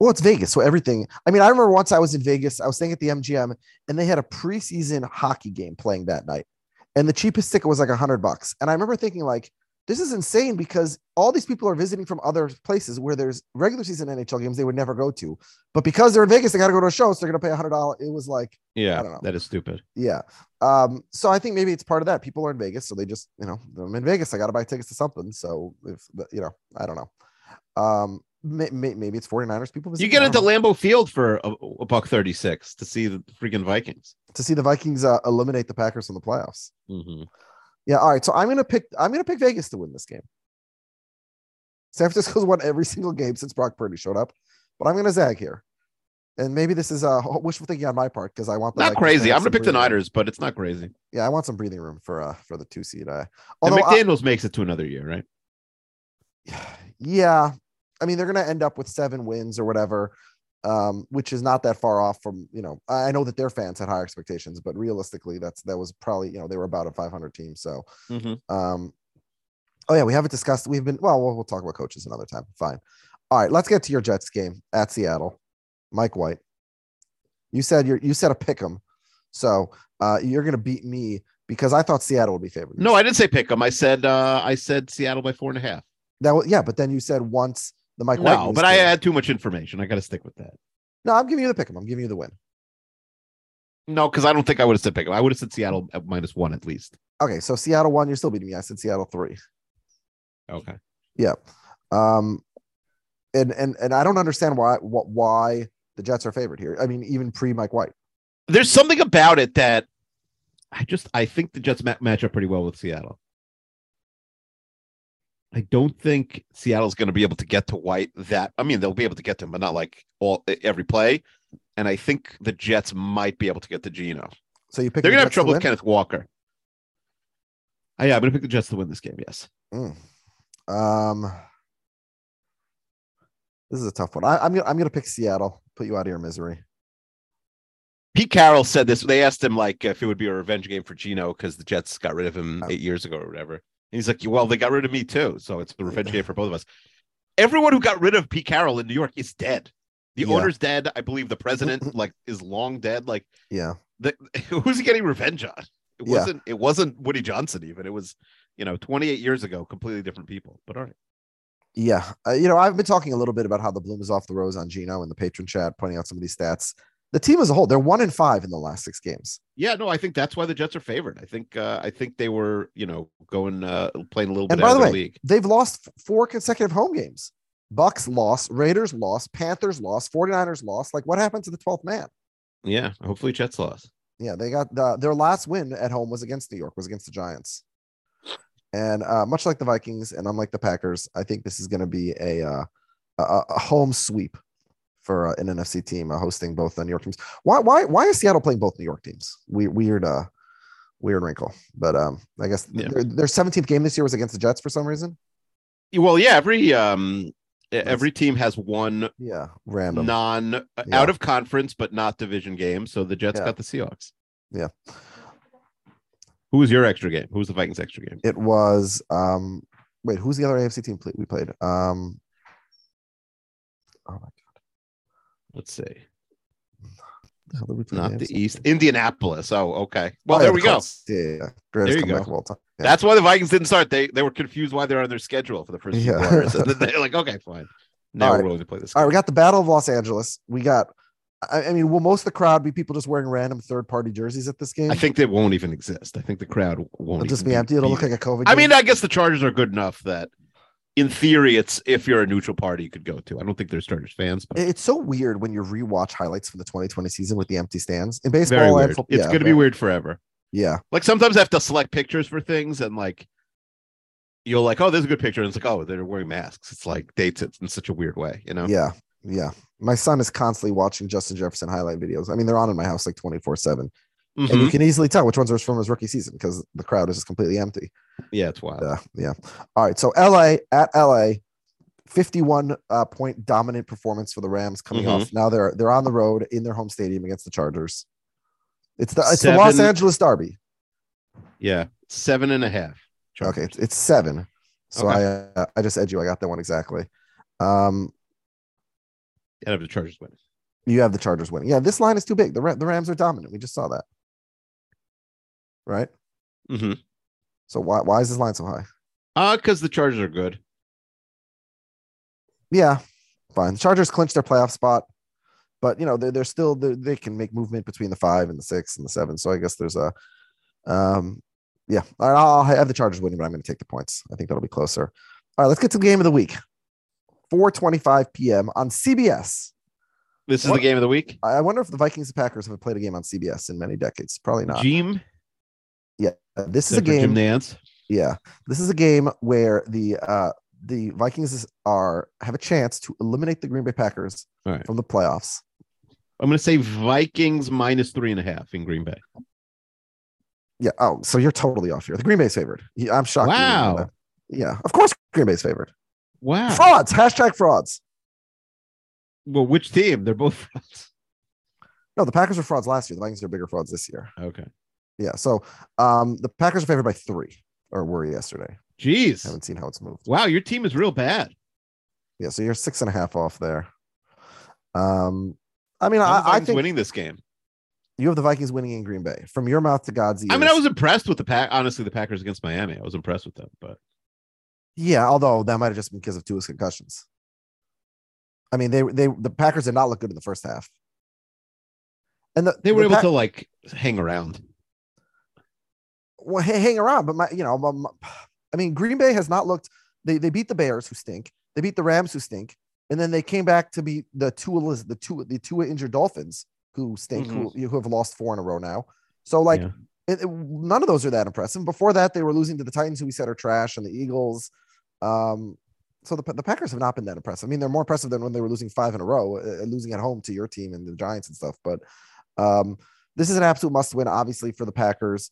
Well, it's Vegas, so everything. I mean, I remember once I was in Vegas, I was staying at the MGM, and they had a preseason hockey game playing that night, and the cheapest ticket was like a hundred bucks. And I remember thinking, like, this is insane because all these people are visiting from other places where there's regular season NHL games they would never go to, but because they're in Vegas, they got to go to a show, so they're gonna pay a hundred dollars. It was like,
Yeah,
I don't know.
that is stupid.
yeah. Um, so I think maybe it's part of that. People are in Vegas, so they just, you know, I'm in Vegas. I got to buy tickets to something. So if you know, I don't know. Um, may, may, maybe it's 49ers people.
You
visiting,
get
I don't
into
know.
Lambeau Field for a, a buck 36 to see the freaking Vikings.
to see the Vikings uh, eliminate the Packers from the playoffs.
Mm-hmm.
Yeah, all right. So I'm gonna pick I'm gonna pick Vegas to win this game. San Francisco's won every single game since Brock Purdy showed up, but I'm gonna zag here. And maybe this is uh, wishful thinking on my part because I want the
Not
Vikings to
crazy.
have
I'm going
some
to pick the
breathing room.
Niners, but it's not crazy.
Yeah, I want some breathing room for uh for the two seed. Uh,
And
although I-
McDaniels makes it to another year, right?
yeah, I mean they're gonna end up with seven wins or whatever, um, which is not that far off from you know. I I know that their fans had higher expectations, but realistically, that's that was probably you know they were about a 500 team, so
Mm-hmm.
Um, oh yeah, we haven't discussed. We've been well. We'll, we'll talk about coaches another time. Fine. All right, let's get to your Jets game at Seattle. Mike White, you said you you said a pick 'em, so uh, you're going to beat me because I thought Seattle would be favored.
No, I didn't say pick 'em. I said uh, I said Seattle by four and a half.
that was yeah, but then you said once the Mike White.
No,
news
but I
team.
had too much information. I got to stick with that.
no, I'm giving you the pick 'em. I'm giving you the win.
No, because I don't think I would have said pick 'em. I would have said Seattle at minus one at least.
Okay, so Seattle one, you're still beating me. I said Seattle three.
Okay.
Yeah. Um, and and and I don't understand why what why the Jets are favored here. I mean, even pre Mike White.
There's something about it that I just I think the Jets ma- match up pretty well with Seattle. I don't think Seattle's going to be able to get to White that I mean they'll be able to get to him, but not like all e-, every play. And I think the Jets might be able to get to Geno.
So you pick.
They're
the
going to have
Jets to
trouble with
win?
Kenneth Walker. Uh, yeah, I'm going to pick the Jets to win this game. Yes.
Mm. Um, this is a tough one. I, I'm gonna I'm gonna pick Seattle. Put you out of your misery.
Pete Carroll said this. They asked him like if it would be a revenge game for Gino because the Jets got rid of him
Oh.
eight years ago or whatever. And he's like, well, they got rid of me too, so it's the revenge game for both of us. Everyone who got rid of Pete Carroll in New York is dead. The
Yeah.
owner's dead. I believe
*laughs*
the president like is long dead. Like,
Yeah.
the, *laughs* who's he getting revenge on? It
Yeah.
wasn't. It wasn't Woody Johnson even. It was, you know, 28 years ago, completely different people. But all right.
Yeah. Uh, you know, I've been talking a little bit about how the bloom is off the rose on Gino in the patron chat, pointing out some of these stats. The team as a whole, they're one in five in the last six games.
Yeah, no, I think that's why the Jets are favored. I think uh, I think they were, you know, going uh, playing a little
And
bit out
by
of
the way,
their league.
they've lost f- four consecutive home games. Bucks lost, Raiders lost, Panthers lost, 49ers lost. Like, what happened to the 12th man?
Yeah, hopefully Jets lost.
Yeah, they got the, their last win at home was against New York, was against the Giants. And uh, much like the Vikings and unlike the Packers, I think this is going to be a, uh, a a home sweep for uh, an NFC team uh, hosting both the New York teams. Why why why is Seattle playing both New York teams? We, weird uh, weird wrinkle. But um, I guess th-
Yeah.
their, their 17th game this year was against the Jets for some reason.
Well, yeah, every um e- every team has one
Yeah, random.
non uh,
Yeah.
out of conference but not division game. So the Jets
Yeah.
got the Seahawks.
Yeah.
Who was your extra game? Who was the Vikings extra game?
It was um wait, who's the other AFC team play- we played? Um
Let's see.
how did we play
Not
AFC?
the East. Indianapolis. Oh, okay. Well,
Oh, yeah,
there
the
we go.
Colts. Yeah, yeah, yeah. Greatest
There you
comeback
go.
of all time. Yeah.
That's why the Vikings didn't start. They they were confused why they're on their schedule for the first few
Yeah.
quarters. And
*laughs*
then they're like, okay, fine. Now
All
we're
right.
willing to play this.
all right.
game.
We got the Battle of Los Angeles. We got. I, I mean, will most of the crowd be people just wearing random third-party jerseys at this game?
I think they won't even exist. I think the crowd won't
it'll just
even
be empty. It'll
be
look like a COVID.
I mean,
game.
I guess the Chargers are good enough that, in theory, it's if you're a neutral party, you could go to. I don't think there's Chargers fans, but
It- it's so weird when you rewatch highlights from the 2020 season with the empty stands in baseball.
very
and
weird.
fo-
it's
yeah,
going to be
very-
weird forever.
Yeah,
Like sometimes I have to select pictures for things, and like you're like, oh, there's a good picture, and it's like, oh, they're wearing masks. It's like dates it in such a weird way, you know?
yeah, yeah. My son is constantly watching Justin Jefferson highlight videos. I mean, they're on in my house like 24/7, and
Mhm.
you can easily tell which ones are from his rookie season because the crowd is just completely empty.
yeah, it's wild.
Yeah, Uh, yeah. All right. So LA at LA, 51 uh, point dominant performance for the Rams coming off. Now they're they're on the road in their home stadium against the Chargers. It's the it's the Los
Seven-
Angeles Derby.
Yeah, seven and a half.
Okay, it's, it's seven. So I uh, I just edged you. I got that one exactly. Um,
and if the Chargers win,
you have the Chargers winning. Yeah, this line is too big. The Ra- the Rams are dominant. We just saw that. Right.
mm-hmm.
So why why is this line so high?
uh, because the Chargers are good.
Yeah, fine. The Chargers clinched their playoff spot, but you know they're they're still they they can make movement between the five and the six and the seven. So I guess there's a, um, yeah. All right, I'll have the Chargers winning, but I'm going to take the points. I think that'll be closer. All right, let's get to the game of the week. 4:25 p.m. on CBS.
This is
What?
the game of the week.
I I wonder if the Vikings and Packers have played a game on CBS in many decades. Probably not.
Jim,
Uh, this is a
Stanford
game.
Jim Nance.
Yeah, this is a game where the uh, the Vikings are have a chance to eliminate the Green Bay Packers
All right.
from the playoffs.
I'm going to say Vikings minus three and a half in Green Bay.
Yeah. Oh, so you're totally off here. The Green Bay's favored. Yeah, I'm shocked. you didn't know
Wow.
that. Yeah. Of course, Green Bay's favored.
Wow.
Frauds. Hashtag frauds.
Well, which team? They're both frauds.
No, the Packers were frauds last year. The Vikings are bigger frauds this year.
Okay.
Yeah. So um, the Packers are favored by three, or were yesterday.
Jeez.
Haven't seen how it's moved.
Wow, your team is real bad.
Yeah. So you're six and a half off there. Um, I mean,
I,
I, I
Vikings
think
winning this game.
you have the Vikings winning in Green Bay from your mouth to God's ears.
I mean, I was impressed with the pack. Honestly, the Packers against Miami, I was impressed with them. But
yeah. Although that might have just been because of Tua's concussions. I mean, they they the Packers did not look good in the first half. And the,
They were
the
able
Pack-
to like hang around.
well, ha- hang around. But my, you know, my- my- I mean, Green Bay has not looked. They they beat the Bears, who stink. They beat the Rams, who stink, and then they came back to beat the two the two the two injured Dolphins, who stink, who who have lost four in a row now. So like,
Yeah.
it- it- none of those are that impressive. Before that, they were losing to the Titans, who we said are trash, and the Eagles. Um, so the, the Packers have not been that impressive. I mean, they're more impressive than when they were losing five in a row, uh, losing at home to your team and the Giants and stuff. But um, this is an absolute must-win, obviously, for the Packers.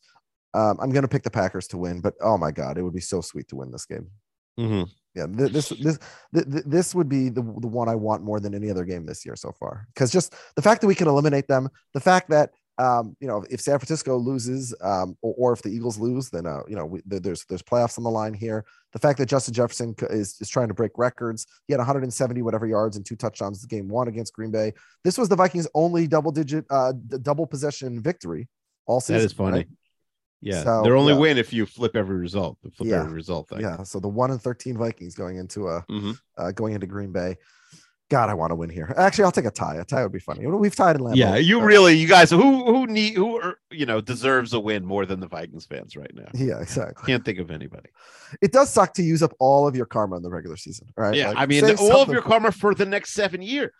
Um, I'm going to pick the Packers to win, but oh my god, it would be so sweet to win this game.
Mhm.
Yeah, th- this this th- th- this would be the the one I want more than any other game this year so far. Because just the fact that we can eliminate them, the fact that um, you know if San Francisco loses um, or, or if the Eagles lose, then uh, you know we, there- there's there's playoffs on the line here. The fact that Justin Jefferson c- is is trying to break records, he had 170 whatever yards and two touchdowns game one against Green Bay. This was the Vikings' only double digit uh, d- double possession victory all season.
That is funny.
right?
Yeah.
So,
Their only
yeah.
win if you flip every result, the flip
Yeah.
every result thing.
Yeah, so the one and thirteen Vikings going into uh,
Mhm.
uh going into Green Bay. God, I want to win here. Actually, I'll take a tie. A tie would be funny. We've tied in Lambeau.
Yeah, you
Uh,
really, you guys, who who need who are, you know deserves a win more than the Vikings fans right now?
Yeah, exactly.
Can't think of anybody.
It does suck to use up all of your karma in the regular season, right?
yeah,
Like,
I mean,
save
all of
something
your
for-
karma for the next seven years.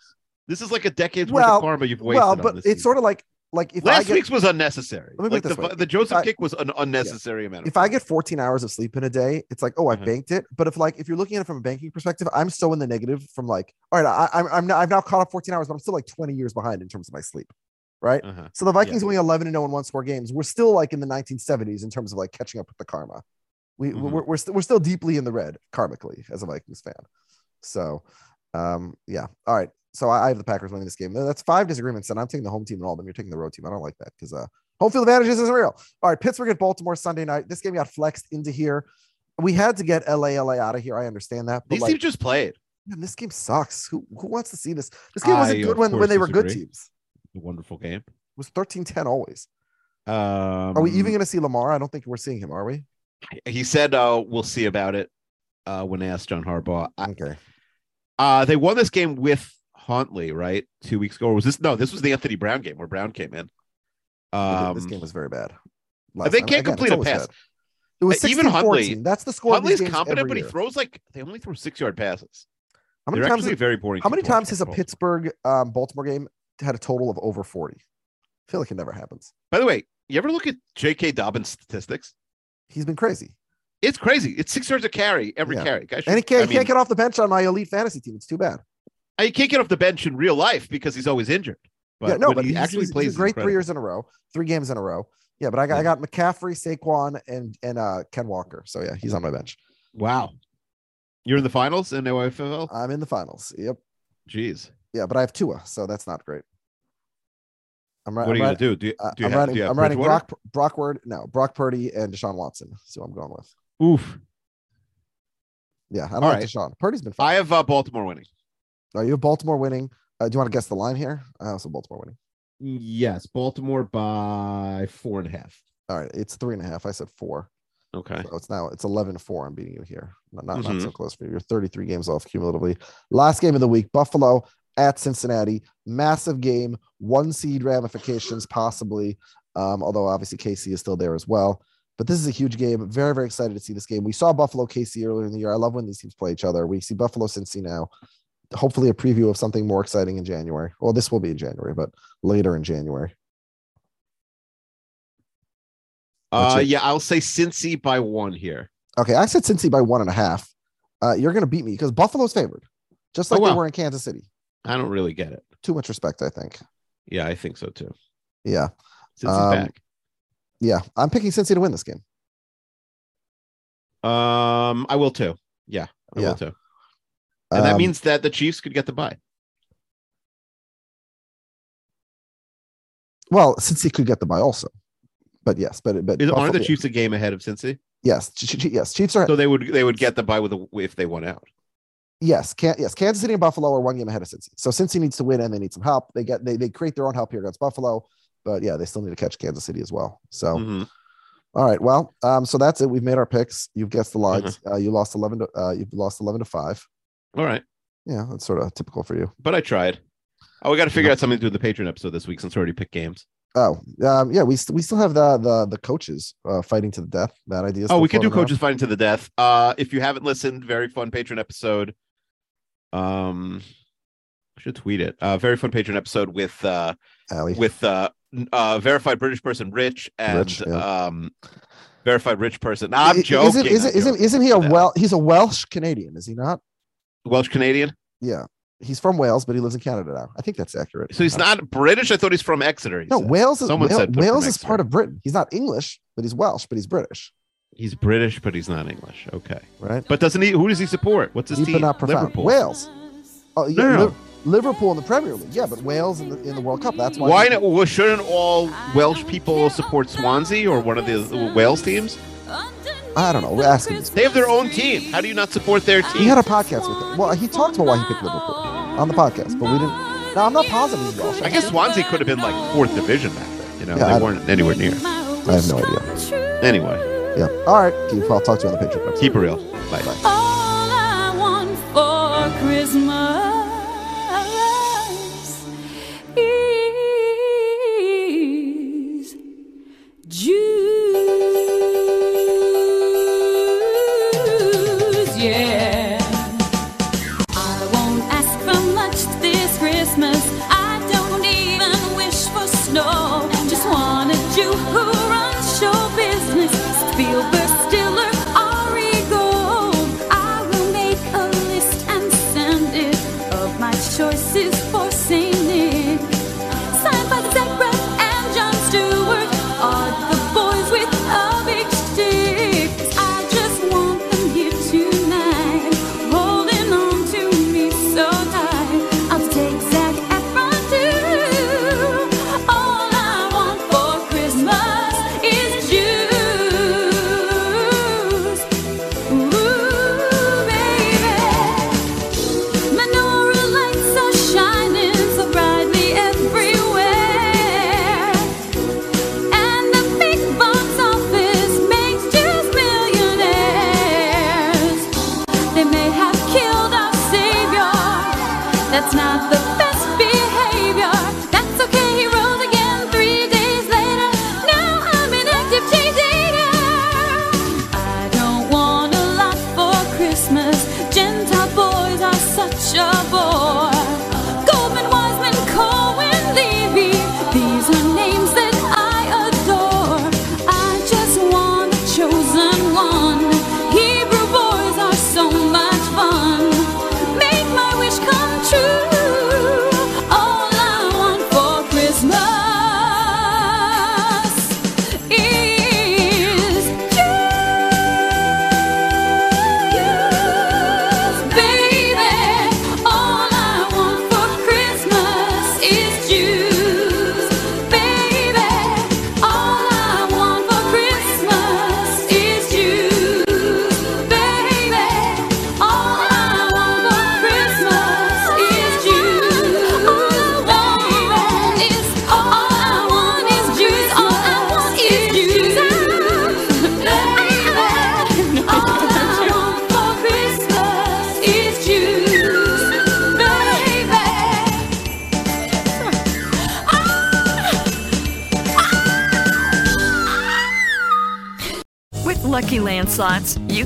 This is like a decade's worth
Well,
of karma you've wasted.
Well,
on
but
this
it's
season.
sort of like like if I
last
get
week's was unnecessary.
Let me put
Like
it
the,
this way.
the Joseph
I-
kick was an unnecessary amount. Of
if I get 14 hours of sleep in a day, it's like, oh, I
Mhm.
banked it. But if like if you're looking at it from a banking perspective, I'm so in the negative from like, all right, I, I'm I'm now, I've now caught up 14 hours, but I'm still like 20 years behind in terms of my sleep, right?
uh
So the Vikings only 11 and 0 in one score games. We're still like in the 1970s in terms of like catching up with the karma. We
Mhm.
we're, we're, st- we're still deeply in the red karmically as a Vikings fan. So, um, yeah. All right. So I, I have the Packers winning this game. That's five disagreements, and I'm taking the home team and all of them. You're taking the road team. I don't like that because uh, home field advantage isn't real. All right, Pittsburgh at Baltimore Sunday night. This game got flexed into here. We had to get LA LA out of here. I understand that. But
these
like,
teams just played.
man, this game sucks. Who who wants to see this? This game
I,
wasn't
of
good when,
course,
when they were good
disagree.
teams.
A wonderful
It
game.
was 13-10 always.
Um,
Are we even going to see Lamar? I don't think we're seeing him, are we?
He said, uh, "We'll see about it." Uh, when asked John Harbaugh, I,
Okay. Mm-hmm.
uh, they won this game with Huntley, right? Two weeks ago, or was this? No, this was the Anthony Brown game where Brown came in. Um,
this game was very bad.
they
night.
can't
Again, it's
complete a
always
pass.
bad. It was
Uh,
16
even Huntley-
14. That's the score. of these
Huntley's
games
competent,
every
but he
year.
throws like they only throw six yard passes.
How
They're
many times?
actually very boring.
how many
team to watch
times has a
football.
Pittsburgh um, Baltimore game had a total of over 40? I feel like it never happens.
By the way, you ever look at J.K. Dobbins' statistics?
He's been crazy,
It's crazy. It's six yards a carry every
Yeah.
carry. Guy should-
and he can't,
I
he can't
mean,
get off the bench on my elite fantasy team. It's too bad.
he can't get off the bench in real life because he's always injured. But
yeah, no,
when
but
he
he's-
actually
he's- he's
plays
a great
incredible.
three years in a row, three games in a row. Yeah, but I got I got McCaffrey, Saquon, and and uh, Ken Walker. So yeah, he's on my bench.
Wow, you're in the finals in OFL.
I'm in the finals. Yep.
Jeez,
Yeah, but I have Tua, so that's not great. I'm right.
what are
I'm
you
right.
gonna do? Do you,
Uh,
do you
I'm
have,
writing.
do you have
I'm writing
Bridgewater?
Brock Brockward. No, Brock Purdy and Deshaun Watson. So I'm going with.
Oof.
Yeah, I don't
All
like
right.
Deshaun. Purdy's been
I
fine.
have uh, Baltimore winning.
Are you have Baltimore winning? Uh, do you want to guess the line here? I also Baltimore winning.
Yes, Baltimore by four and a half.
All right, it's three and a half. I said four.
Okay.
So it's now it's 11 to four. I'm beating you here. Not not, not
Mhm.
so close for you. You're 33 games off cumulatively. Last game of the week: Buffalo at Cincinnati. Massive game. One seed ramifications possibly. Um, although obviously KC is still there as well. But this is a huge game. Very very excited to see this game. We saw Buffalo KC earlier in the year. I love when these teams play each other. We see Buffalo Cincy now. Hopefully a preview of something more exciting in January. Well, this will be in January, but later in January. What's
Uh,
your-
yeah, I'll say Cincy by one here.
Okay, I said Cincy by one and a half. Uh, you're going to beat me because Buffalo's favored, just
Oh,
like
wow.
they were in Kansas City.
I don't really get it.
Too much respect, I think.
Yeah, I think so too.
Yeah,
Cincy's
Um,
back.
yeah. I'm picking Cincy to win this game.
Um, I will too. Yeah, I
Yeah.
will too. And that
Um,
means that the Chiefs could get the bye.
well, Cincy could get the bye also, but yes, but but
Is, aren't
Buffalo-
the Chiefs a game ahead of Cincy?
Yes, Ch- Ch- Ch- yes, Chiefs are
So they would they would get the bye with a, if they won out.
yes, can yes. Kansas City and Buffalo are one game ahead of Cincy, so Cincy needs to win and they need some help. They get they they create their own help here against Buffalo, but yeah, they still need to catch Kansas City as well. So.
Mhm.
All right. Well, um, so that's
Mm-hmm.
it. We've made our picks. You've guessed the lines. Uh, you lost eleven to uh, you've lost eleven to five.
All right.
Yeah, that's sort of typical for you.
but I tried. Oh, we got to figure out something to do with the Patreon episode this week since we already picked games.
Oh, um, yeah, we st- we still have the the the coaches uh, fighting to the death. That idea. is
oh,
still
we could do
floating around.
coaches fighting to the death. Uh, if you haven't listened, very fun Patreon episode. Um, I should tweet it. Uh, very fun Patreon episode with uh
Allie.
with uh, n- uh verified British person Rich and
Rich, yeah.
um verified rich person. Nah, I'm
I-
joking.
Isn't
I'm
isn't, isn't,
joking.
isn't he a
Yeah.
well? He's a Welsh Canadian, is he not?
Welsh Canadian?
Yeah, he's from Wales, but he lives in Canada now. I think that's accurate.
So he's
Uh,
not British. I thought he's from Exeter. he
No,
said.
Wales is
Someone
Wa-
said they're from
Wales is part
Exeter.
of Britain. He's not English, but he's Welsh, but he's British,
he's British, but he's not English. Okay,
right?
but doesn't he? Who does he support? What's his
Deep
team?
but not profound.
Liverpool.
Wales. Oh, yeah,
No, no, no.
Liv- Liverpool in the Premier League. Yeah, but Wales in the, in the World Cup. That's why.
Why not? Well, shouldn't all Welsh people support Swansea or one of the Wales teams?
I don't know. We're asking.
They have their own team. How do you not support their team?
He had a podcast with him. Well, he talked about why he picked Liverpool on the podcast, but we didn't. Now I'm not positive he's Welsh.
I guess Swansea could have been like fourth division back then. You know,
Yeah, I
they
don't-
weren't anywhere near.
I have no idea.
Anyway,
Yeah. All right. Keith, I'll talk to you on the Patreon.
keep it real. Bye. Bye.
All I want for Christmas is Jews. Yeah. I won't ask for much this Christmas. I don't even wish for snow. Just want a Jew who runs show business. Spielberg, Stiller, Ari Gold. I will make a list and send it of my choices for Saint Nick. Signed by Zach Braff and John Stewart are the boys with a big stick. I just want them here tonight, holding on to me so tight. I'll take Zac Efron too. All I want for Christmas is Jews. Ooh, baby. Menorah lights are shining so brightly everywhere, and the big box office makes Jews millionaires. They may have killed our savior. That's not the best behavior. That's okay. He rose again three days later. Now I'm an active change agent. I don't want a lot for Christmas. Gentile boys are such a bore. Goldman, Wiseman, Cohen, Levy. These are names that I adore. I just want a chosen one. Hebrew boys are so much fun. Make my wish come true. All I want for Christmas is Jews, baby. All I want for Christmas is Jews, baby. All I want for Christmas is Jews, baby. All I want for Christmas is Jews. All I want is all I want is Jews. All I want is Jews, baby. All I want for Christmas is Jews, baby.
With Lucky Land slots, you